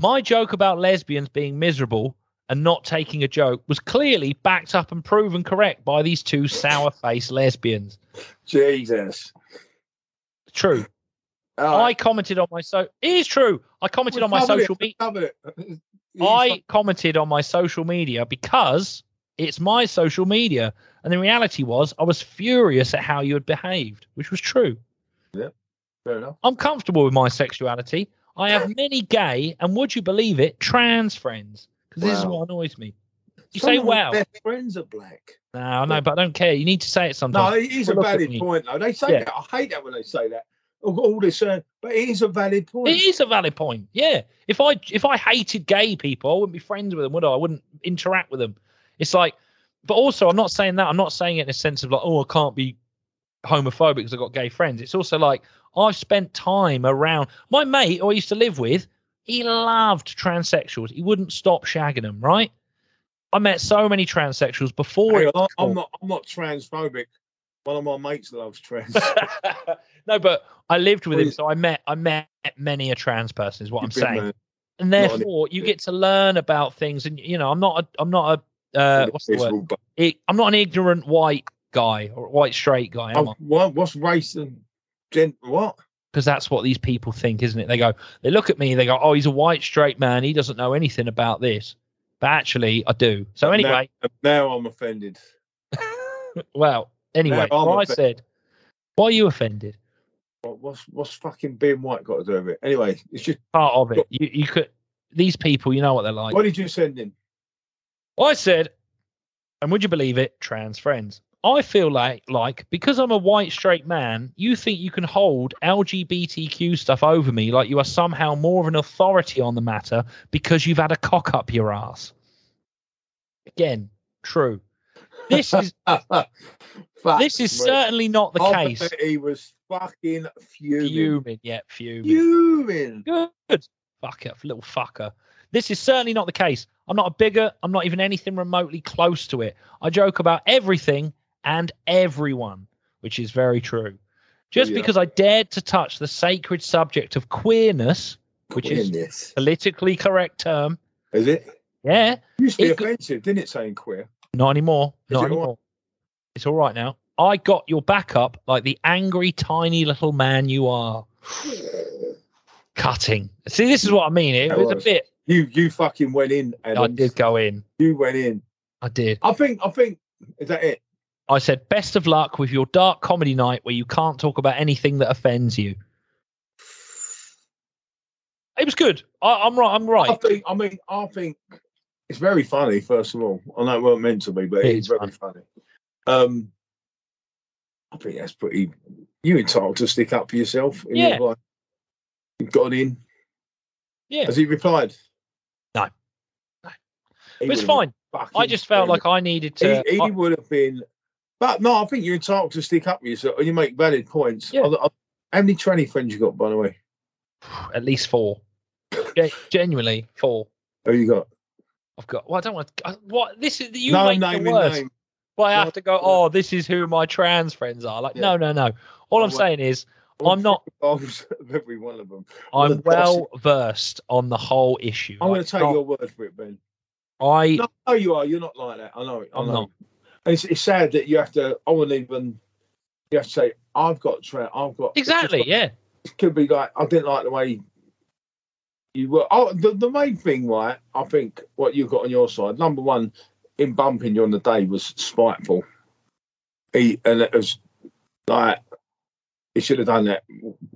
Speaker 2: My joke about lesbians being miserable and not taking a joke was clearly backed up and proven correct by these two sour faced lesbians.
Speaker 1: Jesus.
Speaker 2: True. I commented on my so it is true. I commented on my social media.
Speaker 1: media.
Speaker 2: I commented on my social media because it's my social media. And the reality was, I was furious at how you had behaved, which was true.
Speaker 1: Fair enough.
Speaker 2: I'm comfortable with my sexuality.
Speaker 1: <laughs>
Speaker 2: I have many gay and, would you believe it, trans friends. Because this is
Speaker 1: Wow.
Speaker 2: what annoys me. You
Speaker 1: Some
Speaker 2: say,
Speaker 1: of
Speaker 2: wow.
Speaker 1: their friends are black.
Speaker 2: No, I know, but I don't care. You need to say it
Speaker 1: No,
Speaker 2: sometimes.
Speaker 1: it is a
Speaker 2: Look at
Speaker 1: valid
Speaker 2: me.
Speaker 1: point, though. They say
Speaker 2: Yeah.
Speaker 1: that. I hate that when they say that. All- All this, uh, but it is a valid point.
Speaker 2: it is a valid point. Yeah. If I if I hated gay people, I wouldn't be friends with them, would I? I wouldn't interact with them. It's like, but also, I'm not saying that. I'm not saying it in a sense of like, oh, I can't be homophobic because I've got gay friends. It's also like I've spent time around my mate who I used to live with. He loved transsexuals. He wouldn't stop shagging them, right? I met so many transsexuals before.
Speaker 1: Hey,
Speaker 2: it was
Speaker 1: I-
Speaker 2: cool.
Speaker 1: I'm not. I'm not transphobic. One of my mates loves trans. <laughs>
Speaker 2: <laughs> no, but I lived with him,
Speaker 1: Please.
Speaker 2: so I met I met many a trans person. Is what I'm
Speaker 1: You've been
Speaker 2: saying,
Speaker 1: there.
Speaker 2: and
Speaker 1: not an
Speaker 2: therefore
Speaker 1: <laughs>
Speaker 2: you get to learn about things. And you know, I'm not a I'm not a uh, what's the
Speaker 1: It's
Speaker 2: word?
Speaker 1: all bu-
Speaker 2: I- I'm not an ignorant white guy or white straight guy, am I?
Speaker 1: Oh, what, what's race and gen? What?
Speaker 2: Because that's what these people think, isn't it? They go, they look at me, they go, oh, he's a white straight man. He doesn't know anything about this. But actually, I do. So
Speaker 1: Now-
Speaker 2: anyway,
Speaker 1: Now I'm offended.
Speaker 2: <laughs> well, anyway,
Speaker 1: No, I'm
Speaker 2: what I
Speaker 1: offended.
Speaker 2: said, why are you offended?
Speaker 1: What, what's what's fucking being white got to do with it? Anyway, it's just
Speaker 2: Part of it. You you could these people, you know what they're like.
Speaker 1: what did you send him? <laughs>
Speaker 2: I said, and would you believe it, trans friends? I feel like, like because I'm a white straight man, you think you can hold LGBTQ stuff over me like you are somehow more of an authority on the matter because you've had a cock up your ass. Again, true. This is
Speaker 1: Fuck
Speaker 2: this is
Speaker 1: me.
Speaker 2: certainly not the
Speaker 1: I
Speaker 2: case.
Speaker 1: bet He was fucking fuming.
Speaker 2: Fuming, yeah, fuming.
Speaker 1: Fuming.
Speaker 2: Good. Fucker, little fucker. This is certainly not the case. I'm not a bigot. I'm not even anything remotely close to it. I joke about everything and everyone, which is very true. Just
Speaker 1: Yeah.
Speaker 2: because I dared to touch the sacred subject of queerness, which is
Speaker 1: Queerness.
Speaker 2: politically correct term.
Speaker 1: Is it?
Speaker 2: Yeah,
Speaker 1: Used to be
Speaker 2: It go-
Speaker 1: offensive, didn't it? Saying queer.
Speaker 2: not anymore.
Speaker 1: Is
Speaker 2: Not
Speaker 1: it all right?
Speaker 2: anymore. It's all right now. I got your back up like the angry, tiny little man you are. Cutting. See, this is what I mean. It
Speaker 1: That
Speaker 2: was a
Speaker 1: was-
Speaker 2: bit.
Speaker 1: You you fucking went in, and
Speaker 2: I did go in.
Speaker 1: you went in.
Speaker 2: I did.
Speaker 1: I think I think is that it.
Speaker 2: I said, best of luck with your dark comedy night where you can't talk about anything that offends you. It was good. I, I'm right. I'm
Speaker 1: I
Speaker 2: right.
Speaker 1: think I mean I think it's very funny. First of all, I know it weren't meant to be, but
Speaker 2: It
Speaker 1: it
Speaker 2: is
Speaker 1: is very funny. Um, I think that's pretty. You entitled to stick up for yourself. in your
Speaker 2: Yeah.
Speaker 1: life. you got in.
Speaker 2: Yeah,
Speaker 1: Has he replied?
Speaker 2: No. No.
Speaker 1: He would
Speaker 2: it was
Speaker 1: have
Speaker 2: fine.
Speaker 1: been fucking
Speaker 2: I just felt like
Speaker 1: terrible.
Speaker 2: I needed to.
Speaker 1: he, he
Speaker 2: I-
Speaker 1: would have been. But no, I think you're entitled to stick up for yourself, and you make valid points.
Speaker 2: Yeah.
Speaker 1: I- I- how many tranny friends you got, by the way?
Speaker 2: at least four. Gen- genuinely four.
Speaker 1: Who you got?
Speaker 2: I've got. Well, I don't want. To, uh, what this is? You
Speaker 1: no
Speaker 2: make
Speaker 1: name
Speaker 2: the
Speaker 1: in
Speaker 2: worst.
Speaker 1: name.
Speaker 2: But I
Speaker 1: No,
Speaker 2: have to go. Oh, this is who my trans friends are. Like,
Speaker 1: Yeah.
Speaker 2: no, no, no. All
Speaker 1: I
Speaker 2: I'm
Speaker 1: won't.
Speaker 2: saying is, I'm not.
Speaker 1: Arms <laughs> of every one of them. Well,
Speaker 2: I'm
Speaker 1: of course.
Speaker 2: well versed on the whole issue.
Speaker 1: I'm going
Speaker 2: Like,
Speaker 1: to take
Speaker 2: not-
Speaker 1: your word for it, Ben.
Speaker 2: I
Speaker 1: <laughs> No, no, you are. You're not like that. I know. it. I
Speaker 2: I'm
Speaker 1: know.
Speaker 2: not.
Speaker 1: And it's, it's sad that you have to. I wouldn't even. You have to say, I've got. Tra- I've got.
Speaker 2: exactly. Yeah.
Speaker 1: It could be like I didn't like the way you were. Oh, the, the main thing, right? I think what you got on your side. Number one, in bumping you on the day was spiteful. He and it was like he should have done that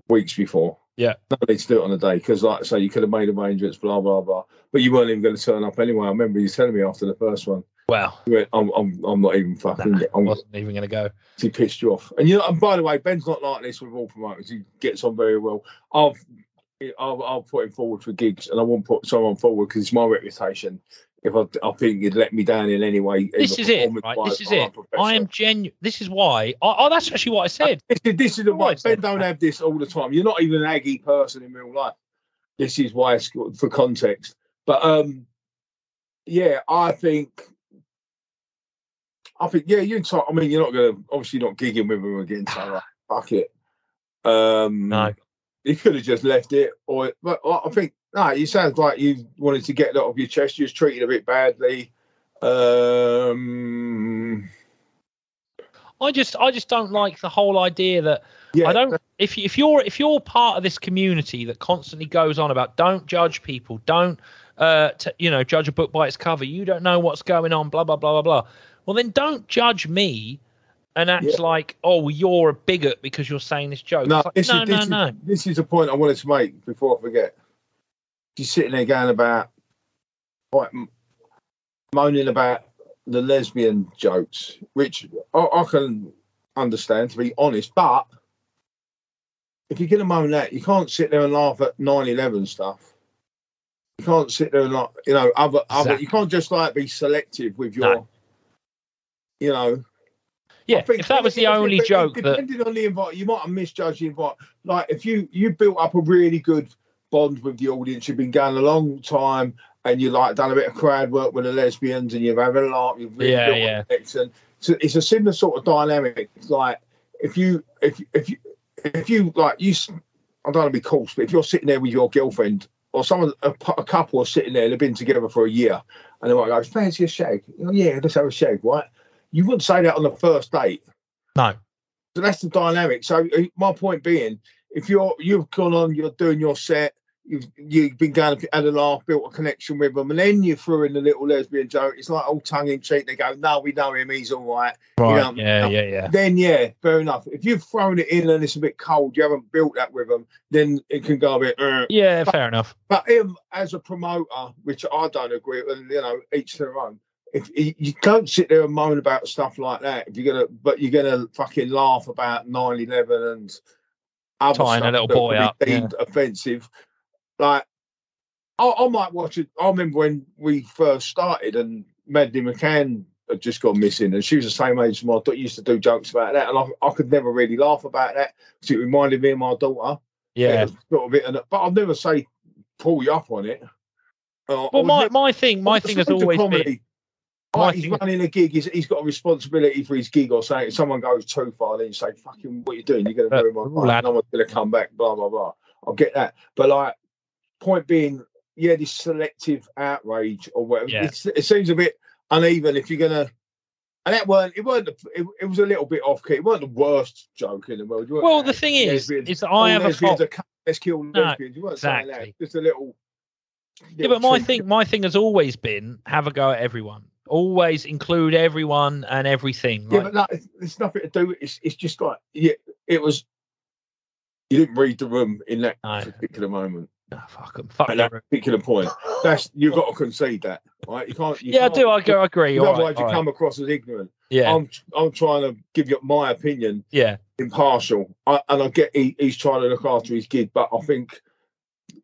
Speaker 1: weeks before.
Speaker 2: Yeah.
Speaker 1: no need to do it on the day because, like I say, you could have made arrangements, blah blah blah. But you weren't even going to turn up anyway. I remember you telling me after the first one.
Speaker 2: Well,
Speaker 1: You went, I'm, I'm, I'm not even fucking.
Speaker 2: Nah,
Speaker 1: I'm,
Speaker 2: wasn't even going to go.
Speaker 1: he pissed you off. And you know, and by the way, Ben's not like this with all promoters. He gets on very well. I've, I'll, I'll put him forward for gigs, and I won't put someone forward because it's my reputation. If I, I think you'd let me down in any way,
Speaker 2: This
Speaker 1: either
Speaker 2: is it,
Speaker 1: performance
Speaker 2: right?
Speaker 1: wise
Speaker 2: This is
Speaker 1: or
Speaker 2: it. I am genuine. This is why. Oh, oh, that's actually what I said.
Speaker 1: <laughs> This is, this is the
Speaker 2: Why
Speaker 1: one.
Speaker 2: is
Speaker 1: Ben
Speaker 2: that?
Speaker 1: don't have this all the time. You're not even an Aggie person in real life. This is why it's good for context. But um, yeah, I think, I think yeah, you're. enti- I mean, you're not gonna obviously not gigging with him again. So
Speaker 2: <sighs>
Speaker 1: like, fuck it. Um,
Speaker 2: No.
Speaker 1: you could have just left it, or but I I think no. You sound like you wanted to get that off your chest. You was treated a bit badly. Um,
Speaker 2: I just, I just don't like the whole idea that
Speaker 1: yeah,
Speaker 2: I don't. If you, if you're if you're part of this community that constantly goes on about don't judge people, don't uh, t- you know, judge a book by its cover. You don't know what's going on. Blah blah blah blah blah. Well, then don't judge me and act
Speaker 1: Yeah.
Speaker 2: like oh you're a bigot because you're saying this joke.
Speaker 1: No,
Speaker 2: It's
Speaker 1: this
Speaker 2: like, no,
Speaker 1: is,
Speaker 2: no,
Speaker 1: this,
Speaker 2: no.
Speaker 1: Is, this is a point I wanted to make before I forget. She's sitting there going about, like, m- moaning about the lesbian jokes, which I, I can understand, to be honest, but if you're going to moan that, you can't sit there and laugh at 9 11 stuff. You can't sit there and, like, you know, other, other,
Speaker 2: Exactly.
Speaker 1: you can't just, like, be selective with your, you know, I
Speaker 2: Yeah,
Speaker 1: think
Speaker 2: if that was the only
Speaker 1: depending-
Speaker 2: joke that
Speaker 1: depending on the invite, you might have misjudged the invite. Like if you you built up a really good bond with the audience, you've been going a long time, and you like done a bit of crowd work with the lesbians and you've had a lot, you've really
Speaker 2: Yeah,
Speaker 1: built
Speaker 2: yeah.
Speaker 1: a connection. So it's a similar sort of dynamic. It's like if you if if you if you like you, s- I don't want to be coarse, but if you're sitting there with your girlfriend or someone a, pu- a couple are sitting there, they've been together for a year, and they might go, "Fancy a shag?" Oh, yeah, let's have a shag, right? You wouldn't say that on the first date.
Speaker 2: No.
Speaker 1: So that's the dynamic. So uh, my point being, if you're you've gone on, you're doing your set, you've you've been going had a laugh, built a connection with them, and then you threw in the little lesbian joke. It's like all tongue in cheek. They go, "No, we know him. He's all right."
Speaker 2: Right.
Speaker 1: know,
Speaker 2: Yeah,
Speaker 1: no.
Speaker 2: yeah, yeah.
Speaker 1: Then yeah, fair enough. If you've thrown it in and it's a bit cold, you haven't built that with them, then it can go a bit. "Uh."
Speaker 2: Yeah, fair enough.
Speaker 1: But him as a promoter, which I don't agree with, and you know, each their own. If you you don't sit there and moan about stuff like that, if you're gonna, but you're gonna fucking laugh about 9/11 and other
Speaker 2: Tying a
Speaker 1: stuff
Speaker 2: little
Speaker 1: that
Speaker 2: boy
Speaker 1: could be
Speaker 2: up,
Speaker 1: deemed offensive. Like, I, I might watch it. I remember when we first started, and Maddie McCann had just gone missing, and she was the same age as my daughter. Used to do jokes about that, and I, I could never really laugh about that because it reminded me of my daughter.
Speaker 2: Yeah.
Speaker 1: It was sort of it, and but I'll never say pull you up on it. Uh, I
Speaker 2: Well,
Speaker 1: would
Speaker 2: my,
Speaker 1: never-
Speaker 2: my thing, my thing has
Speaker 1: Stand-up
Speaker 2: always
Speaker 1: comedy,
Speaker 2: been. my
Speaker 1: Like he's
Speaker 2: thing-
Speaker 1: running a gig. He's, he's got a responsibility for his gig or something. If someone goes too far, then you say, "Fucking, what you doing? You're going
Speaker 2: Uh,
Speaker 1: to ruin my
Speaker 2: rule
Speaker 1: life.
Speaker 2: out-
Speaker 1: No one's going to come back." Blah blah blah. I'll get that. But like, point being, yeah, this selective outrage or whatever.
Speaker 2: Yeah.
Speaker 1: It's, it seems a bit uneven if you're going to. And that weren't. It weren't. the- It, it was a little bit off key. It weren't the worst joke in the world. You weren't
Speaker 2: Well, the
Speaker 1: saying,
Speaker 2: thing is,
Speaker 1: lesbians-
Speaker 2: is that
Speaker 1: all
Speaker 2: I have a
Speaker 1: lesbians
Speaker 2: fault.
Speaker 1: are cunts, Let's kill
Speaker 2: No,
Speaker 1: lesbians. You weren't saying
Speaker 2: exactly.
Speaker 1: that. Just a little.
Speaker 2: Yeah,
Speaker 1: little
Speaker 2: but my
Speaker 1: tweak.
Speaker 2: thing, my thing has always been have a go at everyone. Always include everyone and everything.
Speaker 1: Yeah,
Speaker 2: Like,
Speaker 1: but no, it's, it's nothing to do. It's it's just like yeah, it was. You didn't read the room in that
Speaker 2: No.
Speaker 1: particular moment,
Speaker 2: "Ah, fuck 'em, fuck
Speaker 1: at
Speaker 2: the
Speaker 1: that
Speaker 2: room."
Speaker 1: particular point. That's you've got to concede that, right? You can't. You
Speaker 2: Yeah, I
Speaker 1: can't,
Speaker 2: do. I go. I agree.
Speaker 1: because
Speaker 2: All
Speaker 1: Otherwise,
Speaker 2: right,
Speaker 1: you
Speaker 2: all right.
Speaker 1: come across as ignorant.
Speaker 2: Yeah,
Speaker 1: I'm I'm trying to give you my opinion,
Speaker 2: yeah,
Speaker 1: impartial, I, and I get he, he's trying to look after his gig, but I think,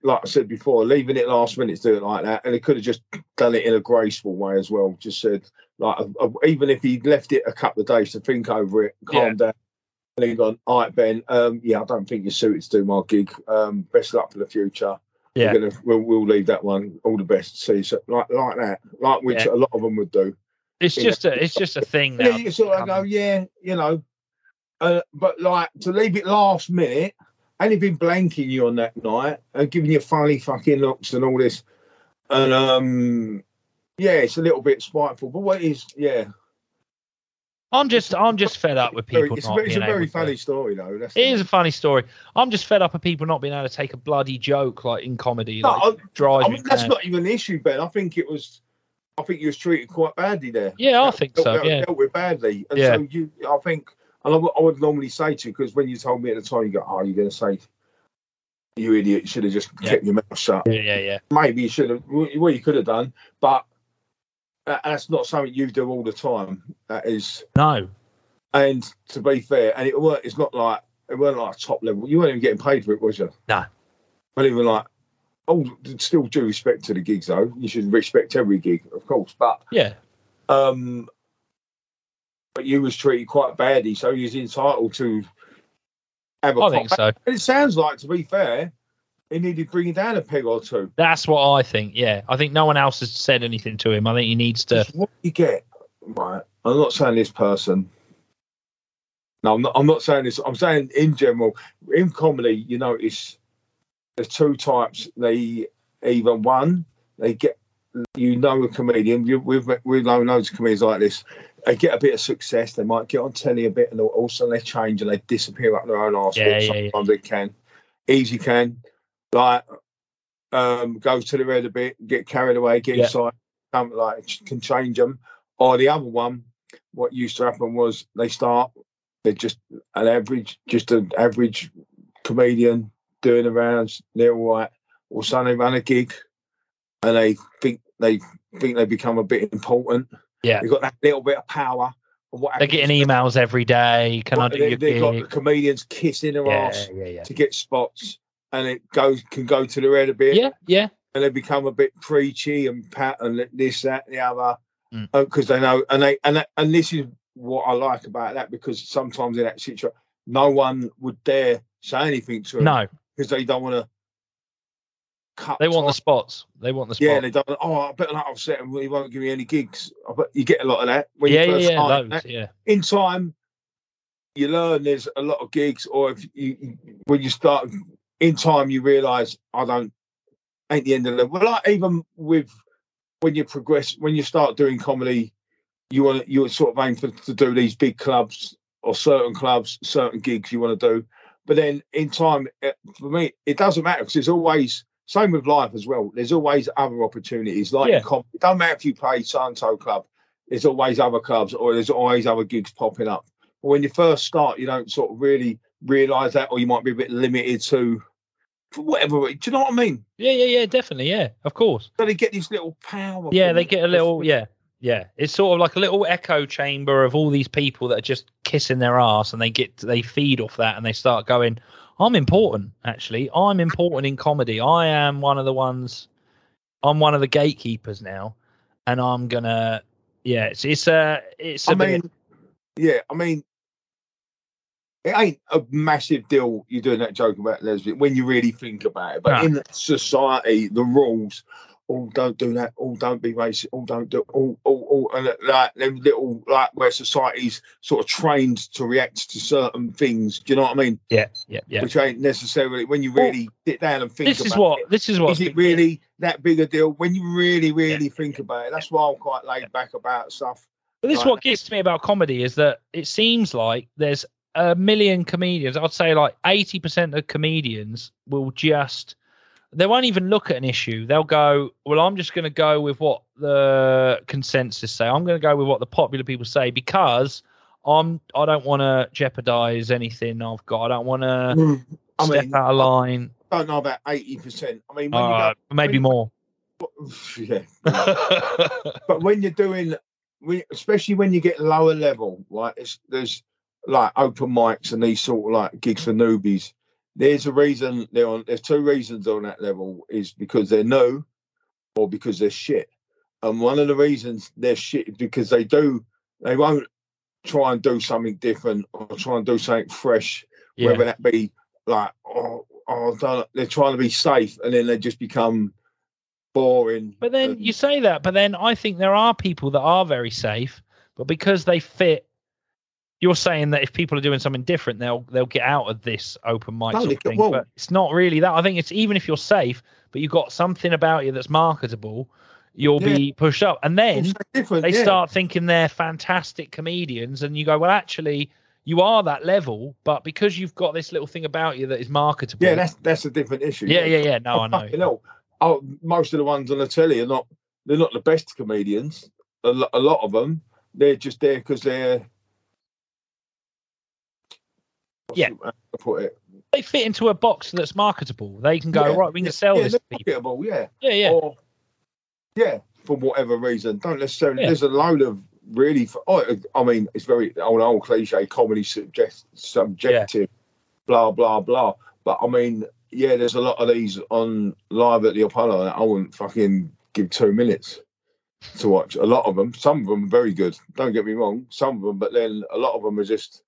Speaker 1: like I said before, leaving it last minute to do it like that, and he could have just done it in a graceful way as well. Just said like uh, uh, even if he'd left it a couple of days to think over it, calm down. And then gone, all right, Ben. Um, yeah, I don't think you're suited to do my gig. Um, best luck for the future. We're
Speaker 2: yeah.
Speaker 1: gonna, we'll, we'll leave that one. All the best. See, you so, like like that, like which
Speaker 2: Yeah.
Speaker 1: a lot of them would do.
Speaker 2: It's
Speaker 1: yeah.
Speaker 2: just a, it's just a thing
Speaker 1: Yeah,
Speaker 2: now.
Speaker 1: you sort of go, yeah, you know. Uh, but like to leave it last minute, and they've been blanking you on that night and giving you funny fucking looks and all this, and um, yeah, it's a little bit spiteful. But what is, yeah,
Speaker 2: I'm just, I'm just fed up with
Speaker 1: very,
Speaker 2: people
Speaker 1: it's,
Speaker 2: not
Speaker 1: very- it's a
Speaker 2: being able
Speaker 1: very
Speaker 2: to-
Speaker 1: funny story though. That's
Speaker 2: It is a funny story. I'm just fed up of people not being able to take a bloody joke like in comedy.
Speaker 1: No,
Speaker 2: Like,
Speaker 1: I,
Speaker 2: drives
Speaker 1: I
Speaker 2: me
Speaker 1: mean, that's
Speaker 2: mad.
Speaker 1: not even an issue, Ben. I think it was, I think you was treated quite badly there.
Speaker 2: Yeah, I think
Speaker 1: dealt,
Speaker 2: so.
Speaker 1: dealt-
Speaker 2: Yeah,
Speaker 1: dealt with badly. And
Speaker 2: Yeah.
Speaker 1: so you, I think, and I would- I would normally say to you because when you told me at the time, you go, "Oh, you're going to say, you idiot, you should have just
Speaker 2: Yeah.
Speaker 1: kept your mouth shut."
Speaker 2: yeah, yeah, yeah.
Speaker 1: Maybe you should have. Well, you could have done, but that, that's not something you do all the time. That is,
Speaker 2: No,
Speaker 1: and to be fair, and it weren't. It's not like it weren't like top level. You weren't even getting paid for it, was you?
Speaker 2: No.
Speaker 1: Not even like. Oh, still due respect to the gigs though. You should respect every gig, of course, but
Speaker 2: yeah,
Speaker 1: um, but you was treated quite badly, so you was entitled to have a
Speaker 2: I
Speaker 1: pop.
Speaker 2: think so.
Speaker 1: And it sounds like, to be fair, he needed bringing down a peg or two.
Speaker 2: That's what I think. Yeah, I think no one else has said anything to him. I think he needs to.
Speaker 1: It's What you get, right? I'm not saying this person. No, I'm not. I'm not saying this. I'm saying in general, in comedy, you notice there's two types. They either one, they get you know a comedian. You, we've we've known loads of comedians like this. They get a bit of success. They might get on telly a bit, and all of a sudden they change and they disappear up their own arse.
Speaker 2: Yeah, yeah,
Speaker 1: Sometimes they can, easy can, like um, go to the red a bit, get carried away, get
Speaker 2: Yeah.
Speaker 1: excited, something like ch- can change them. Or the other one, what used to happen was they start, they're just an average, just an average comedian doing the rounds. They're all right. All of a sudden they run a gig, and they think they think they become a bit important.
Speaker 2: Yeah.
Speaker 1: they've got that little bit of power. And what
Speaker 2: They're
Speaker 1: happens-
Speaker 2: getting emails every day. Can I do
Speaker 1: they,
Speaker 2: your
Speaker 1: they've
Speaker 2: gig?
Speaker 1: got the comedians kissing their
Speaker 2: Yeah,
Speaker 1: ass
Speaker 2: yeah, yeah.
Speaker 1: to get spots, and it goes can go to the red a bit
Speaker 2: Yeah, yeah.
Speaker 1: and they become a bit preachy and pat and this, that, and the other,
Speaker 2: Mm.
Speaker 1: because they know. And they and that- and this is what I like about that because sometimes in that situation, no one would dare say anything to them
Speaker 2: No,
Speaker 1: because they don't want to cut.
Speaker 2: They want the
Speaker 1: time.
Speaker 2: spots. They want the spots.
Speaker 1: Yeah, they don't. Oh, I bet that upset him. He won't give me any gigs. I bet you get a lot of that when
Speaker 2: yeah,
Speaker 1: you
Speaker 2: yeah,
Speaker 1: first
Speaker 2: yeah,
Speaker 1: start.
Speaker 2: loads, yeah.
Speaker 1: In time, you learn there's a lot of gigs, or if you when you start in time, you realise I don't ain't the end of the level. Like even with when you progress, when you start doing comedy, you want you sort of aim for to do these big clubs or certain clubs, certain gigs you want to do. But then in time, eh, for me, it doesn't matter because there's always same with life as well. There's always other opportunities. Like
Speaker 2: Yeah.
Speaker 1: in com- it don't matter if you play so and so club. There's always other clubs or there's always other gigs popping up. But when you first start, you don't sort of really realise that, or you might be a bit limited to for whatever. re- Do you know what I mean?
Speaker 2: Yeah, yeah, yeah, definitely, yeah, of course.
Speaker 1: So they get this little power.
Speaker 2: Yeah,
Speaker 1: from
Speaker 2: they
Speaker 1: it.
Speaker 2: get a little, yeah, yeah. It's sort of like a little echo chamber of all these people that are just kissing their ass, and they get they feed off that, and they start going, "I'm important, actually. I'm important in comedy. I am one of the ones. I'm one of the gatekeepers now, and I'm gonna." Yeah, it's it's uh, it's a
Speaker 1: I mean,
Speaker 2: bit,
Speaker 1: yeah, I mean, it ain't a massive deal you doing that joke about lesbian when you really think about it. But in society, the rules, oh, don't do that, oh, don't be racist, oh, don't do, oh, oh, oh, and like them little, like where society's sort of trained to react to certain things. Do you know what I mean?
Speaker 2: yeah, yeah, yeah.
Speaker 1: Which ain't necessarily when you
Speaker 2: Well,
Speaker 1: really sit down and think
Speaker 2: This
Speaker 1: about
Speaker 2: is what
Speaker 1: it.
Speaker 2: this is what
Speaker 1: Is it really that big a deal when you really, really think about it? That's why I'm quite laid back about stuff.
Speaker 2: But this is
Speaker 1: Right.
Speaker 2: what gets to me about comedy is that it seems like there's a million comedians. I'd say like 80% of comedians will just they won't even look at an issue. They'll go, "Well, I'm just going to go with what the consensus say. I'm going to go with what the popular people say because I'm I don't want to jeopardize anything I've got. I don't want to
Speaker 1: Mm. I
Speaker 2: step
Speaker 1: mean,
Speaker 2: out of line.
Speaker 1: don't know about eighty percent. I mean, when
Speaker 2: All right,
Speaker 1: when
Speaker 2: maybe
Speaker 1: you- <laughs>
Speaker 2: more.
Speaker 1: you go, yeah, but when you're doing, when, especially when you get lower level, right? It's, there's like open mics and these sort of like gigs for newbies. There's a reason they're on. There's two reasons on that level is because they're new, or because they're shit. And one of the reasons they're shit is because they do they won't try and do something different or try and do something fresh
Speaker 2: yeah.
Speaker 1: whether that be like oh, oh don't- they're trying to be safe and then they just become boring
Speaker 2: But then
Speaker 1: and-
Speaker 2: you say that, but then I think there are people that are very safe, but because they fit, you're saying that if people are doing something different, they'll they'll get out of this open mic
Speaker 1: No,
Speaker 2: sort
Speaker 1: they
Speaker 2: of
Speaker 1: get-
Speaker 2: thing.
Speaker 1: well-
Speaker 2: but it's not really that. I think it's even if you're safe, but you've got something about you that's marketable, you'll be pushed up, and then
Speaker 1: It's different
Speaker 2: they
Speaker 1: yeah.
Speaker 2: start thinking they're fantastic comedians, and you go, well, actually, you are that level, but because you've got this little thing about you that is marketable.
Speaker 1: yeah that's that's a different issue
Speaker 2: yeah, yeah, yeah. No,
Speaker 1: Oh,
Speaker 2: I know.
Speaker 1: fucking hell. Oh, most of the ones on the telly are not they're not the best comedians a, lo- a lot of them they're just there because they're what's
Speaker 2: Yeah.
Speaker 1: the way to put it
Speaker 2: They fit into a box that's marketable. They can go
Speaker 1: Yeah,
Speaker 2: right. We can
Speaker 1: yeah,
Speaker 2: sell
Speaker 1: yeah,
Speaker 2: this.
Speaker 1: they're
Speaker 2: to people.
Speaker 1: marketable, yeah
Speaker 2: Yeah, yeah.
Speaker 1: or yeah, for whatever reason, don't necessarily.
Speaker 2: Yeah.
Speaker 1: There's a load of really. f- Oh, I mean, it's very old, old cliche. Comedy subject, subjective, blah blah blah. But I mean, yeah, there's a lot of these on live at the Apollo. That I wouldn't fucking give two minutes to watch. A lot of them. Some of them are very good. Don't get me wrong. Some of them, but then a lot of them are just.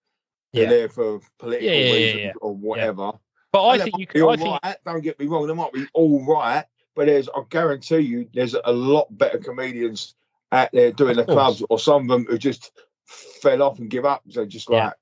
Speaker 1: They're
Speaker 2: Yeah.
Speaker 1: there for political
Speaker 2: Yeah, yeah, yeah,
Speaker 1: reasons
Speaker 2: yeah.
Speaker 1: or whatever.
Speaker 2: But I
Speaker 1: And
Speaker 2: think
Speaker 1: they
Speaker 2: you
Speaker 1: might
Speaker 2: could.
Speaker 1: be
Speaker 2: I
Speaker 1: all
Speaker 2: think
Speaker 1: right, Don't get me wrong. They might be all right, but there's. I guarantee you, there's a lot better comedians out there doing the
Speaker 2: Of course.
Speaker 1: clubs, or some of them who just fell off and give up. They just
Speaker 2: Yeah.
Speaker 1: like,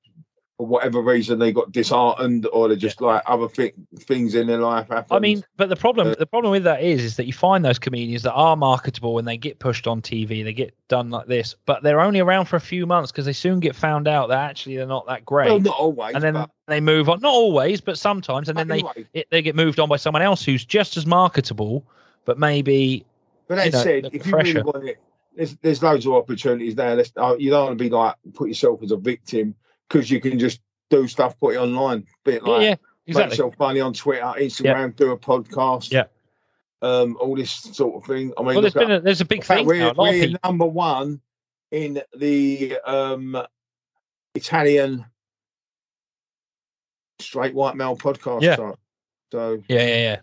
Speaker 1: for whatever reason, they got disheartened, or they just like other thi- things in their life happen.
Speaker 2: I mean, but the problem
Speaker 1: Uh,
Speaker 2: the problem with that is is that you find those comedians that are marketable when they get pushed on TV, they get done like this, but they're only around for a few months because they soon get found out that actually they're not that great,
Speaker 1: well, not always.
Speaker 2: and then
Speaker 1: but
Speaker 2: they move on. Not always, but sometimes, and then they
Speaker 1: anyway,
Speaker 2: it, they get moved on by someone else who's just as marketable, but maybe
Speaker 1: But that
Speaker 2: you know,
Speaker 1: said,
Speaker 2: the
Speaker 1: if you really
Speaker 2: pressure.
Speaker 1: want it, there's there's loads of opportunities there. Let's, uh, you don't want to be like put yourself as a victim because you can just do stuff, put it online, be it like.
Speaker 2: yeah, yeah,
Speaker 1: make
Speaker 2: exactly.
Speaker 1: yourself funny on Twitter, Instagram, do a podcast,
Speaker 2: Yeah.
Speaker 1: um, all this sort of thing. I mean,
Speaker 2: Well, there's
Speaker 1: look
Speaker 2: been
Speaker 1: at-
Speaker 2: a, there's a
Speaker 1: in
Speaker 2: big
Speaker 1: fact,
Speaker 2: thing now.
Speaker 1: we're,
Speaker 2: A lot of
Speaker 1: we're
Speaker 2: people,
Speaker 1: number one in the um, Italian straight white male podcast
Speaker 2: Yeah.
Speaker 1: chart. So,
Speaker 2: yeah, yeah, yeah.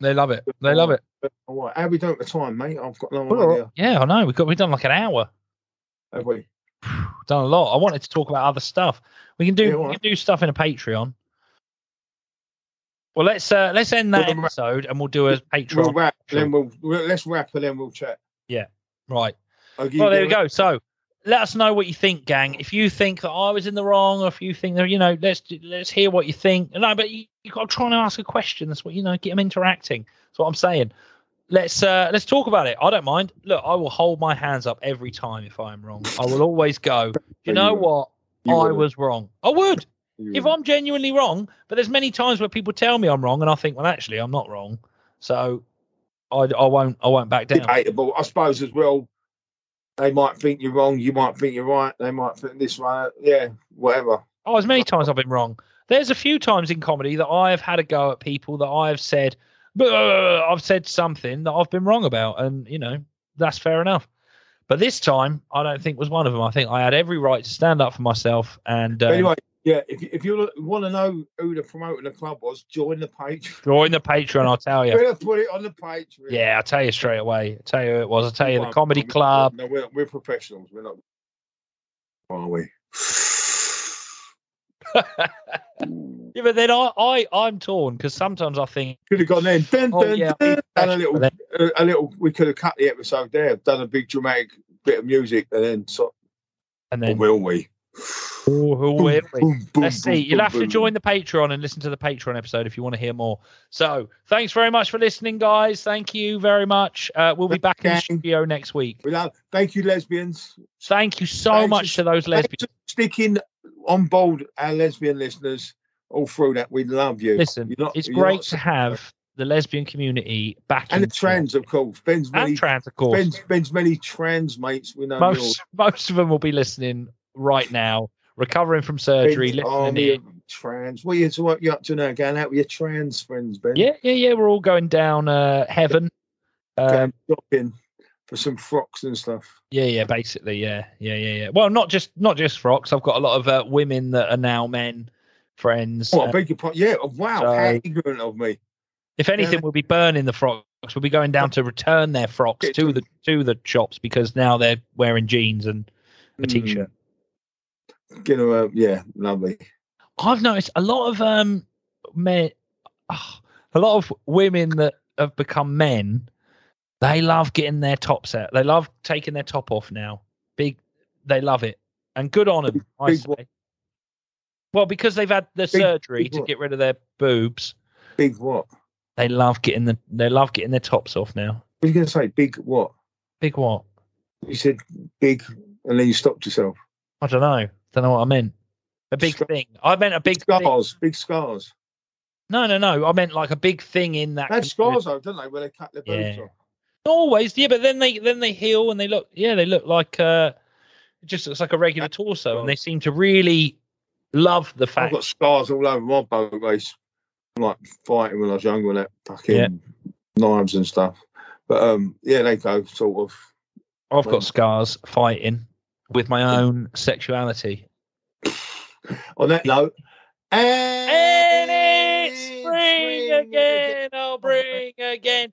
Speaker 2: They love it. They love it.
Speaker 1: all right, how we doing at the time, mate? I've got no
Speaker 2: We're all-
Speaker 1: idea.
Speaker 2: Yeah, I know. We've got we've done like an hour.
Speaker 1: Have we?
Speaker 2: done a lot. I wanted to talk about other stuff. We can do
Speaker 1: Yeah, all
Speaker 2: we
Speaker 1: right.
Speaker 2: can do stuff in a Patreon. Well, let's uh, let's end that
Speaker 1: Well, the-
Speaker 2: episode and we'll do a
Speaker 1: We'll
Speaker 2: Patreon.
Speaker 1: wrap, then we'll, we'll- let's wrap and then we'll chat.
Speaker 2: Right.
Speaker 1: I'll give
Speaker 2: Well,
Speaker 1: you
Speaker 2: there we
Speaker 1: the-
Speaker 2: go. So let us know what you think, gang. If you think that I was in the wrong, or if you think that you know, let's let's hear what you think. No, but you you got to try and ask a question. That's what you know. Get them interacting. That's what I'm saying. Let's uh let's talk about it. I don't mind. Look, I will hold my hands up every time if I am wrong. I will always go. You
Speaker 1: You
Speaker 2: know
Speaker 1: would.
Speaker 2: what?
Speaker 1: You
Speaker 2: I
Speaker 1: would.
Speaker 2: was wrong. I would
Speaker 1: <laughs> You
Speaker 2: if
Speaker 1: would.
Speaker 2: I'm genuinely wrong, but there's many times where people tell me I'm wrong, and I think, well, actually, I'm not wrong. So I, I won't I won't back down.
Speaker 1: debatable. I suppose as well, they might think you're wrong, you might think you're right, they might think this one, yeah, whatever.
Speaker 2: Oh, as many times I've been wrong. There's a few times in comedy that I have had a go at people that I have said, "Bleh," I've said something that I've been wrong about, and you know that's fair enough. But this time, I don't think was one of them. I think I had every right to stand up for myself, and uh,
Speaker 1: But anyway, yeah, if, if you want to know who the promoter of the club was, join the page.
Speaker 2: join the Patreon. I'll tell you.
Speaker 1: We're going to put it on the page.
Speaker 2: Yeah, I'll tell you straight away. I'll tell you who it was. I'll tell you the comedy club.
Speaker 1: No, we're, we're professionals. We're not. Are we?
Speaker 2: Yeah, but then I, I I'm torn because sometimes I think
Speaker 1: Could have gone then. Dun,
Speaker 2: Oh,
Speaker 1: dun,
Speaker 2: yeah,
Speaker 1: dun, done a little,
Speaker 2: but
Speaker 1: a, a little. We could have cut the episode there. Done a big dramatic bit of music, and then so.
Speaker 2: and
Speaker 1: Or
Speaker 2: then
Speaker 1: will we?
Speaker 2: oh, who will it be?
Speaker 1: Boom, boom,
Speaker 2: Let's
Speaker 1: boom,
Speaker 2: see. You'll
Speaker 1: boom,
Speaker 2: have to
Speaker 1: boom.
Speaker 2: join the Patreon and listen to the Patreon episode if you want to hear more. So thanks very much for listening, guys. Thank you very much. Uh, we'll be back in the
Speaker 1: Okay.
Speaker 2: studio next week.
Speaker 1: We love. Thank you, lesbians.
Speaker 2: Thank you so
Speaker 1: Thanks.
Speaker 2: much to those lesbians.
Speaker 1: Thanks for sticking on board, our lesbian listeners, all through that. We love you.
Speaker 2: Listen,
Speaker 1: You're not-
Speaker 2: it's
Speaker 1: you're not-
Speaker 2: great to have the lesbian community back
Speaker 1: and
Speaker 2: in
Speaker 1: the trans, of course. Ben's many,
Speaker 2: and trans, of course.
Speaker 1: Ben's, Ben's many trans mates. We know.
Speaker 2: most most of them will be listening right now, recovering from
Speaker 1: you're-
Speaker 2: surgery,
Speaker 1: Ben's
Speaker 2: listening
Speaker 1: army
Speaker 2: in.
Speaker 1: of trans. What you so what you up to now? Going out with your trans friends, Ben?
Speaker 2: Yeah, yeah, yeah. We're all going down uh, heaven. Um,
Speaker 1: Going shopping for some frocks and stuff.
Speaker 2: yeah, yeah, basically, yeah, yeah, yeah, yeah. Well, not just not just frocks. I've got a lot of uh, women that are now men friends.
Speaker 1: Oh,
Speaker 2: Uh,
Speaker 1: I beg your pardon. Yeah. oh, Wow.
Speaker 2: so-
Speaker 1: how ignorant of me.
Speaker 2: if anything, we'll be burning the frocks. We'll be going down to return their frocks
Speaker 1: Get
Speaker 2: to
Speaker 1: to-
Speaker 2: the to the shops because now they're wearing jeans and a
Speaker 1: Hmm.
Speaker 2: t-shirt.
Speaker 1: Get her, uh, yeah, lovely.
Speaker 2: I've noticed a lot of um men, ah, a lot of women that have become men. They love getting their tops out. They love taking their top off now. Big, they love it, and good on them. I
Speaker 1: Big
Speaker 2: say.
Speaker 1: what?
Speaker 2: Well, because they've had the
Speaker 1: Big-
Speaker 2: surgery
Speaker 1: big
Speaker 2: to
Speaker 1: what?
Speaker 2: get rid of their boobs,
Speaker 1: Big what?
Speaker 2: they love getting the they love getting their tops off now.
Speaker 1: What are you going to say? Big what?
Speaker 2: Big what?
Speaker 1: You said big, and then you stopped yourself.
Speaker 2: I don't know. Don't know what I meant. A big
Speaker 1: Scar-
Speaker 2: thing. I meant a big thing.
Speaker 1: Scars, big scars.
Speaker 2: No, no, no. I meant like a big thing in that.
Speaker 1: They had
Speaker 2: community.
Speaker 1: scars though, didn't they? Where they cut their boobs
Speaker 2: Yeah.
Speaker 1: off.
Speaker 2: Not always, yeah, but then they then they heal and they look yeah, they look like uh just it's like a regular torso and they seem to really love the
Speaker 1: I've
Speaker 2: fact
Speaker 1: got scars all over my boat race. from, Like fighting when I was younger, and that fucking
Speaker 2: Yeah.
Speaker 1: knives and stuff. But um, yeah, they go sort of.
Speaker 2: I've got scars fighting with my own sexuality.
Speaker 1: On that note, and,
Speaker 2: And it's spring again, I'll bring again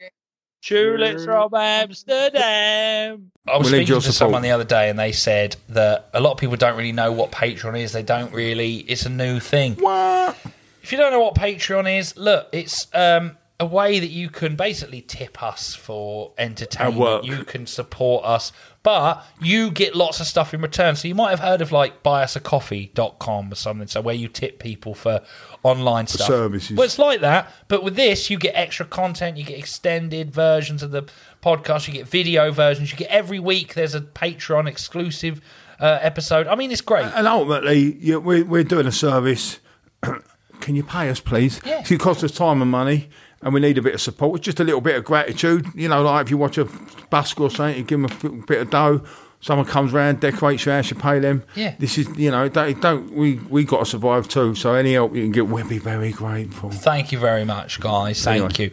Speaker 2: tulips from Amsterdam. I was
Speaker 1: We need
Speaker 2: speaking
Speaker 1: your
Speaker 2: to someone the other day, and they said that a lot of people don't really know what Patreon is. They don't really. It's a new thing. If you don't know what Patreon is, look, it's um, a way that you can basically tip us for entertainment.
Speaker 4: work.
Speaker 2: You can support us, but you get lots of stuff in return. So you might have heard of like buyusacoffee.com or something, so where you tip people for online stuff.
Speaker 4: services.
Speaker 2: Well, it's like that, but with this, you get extra content, you get extended versions of the podcast, you get video versions, you get every week there's a Patreon exclusive uh, episode. I mean, it's great.
Speaker 4: And ultimately, you, we're, we're doing a service. <clears throat> Can you pay us, please?
Speaker 2: Yeah.
Speaker 4: It costs us time and money, and we need a bit of support. It's just a little bit of gratitude. You know, like if you watch a busker or something, you give them a little bit of dough. Someone comes round, decorates your house, you pay them.
Speaker 2: Yeah.
Speaker 4: This is, you know, they don't. We we got to survive too. So any help you can get, we'll be very grateful.
Speaker 2: Thank you very much, guys. Thank you.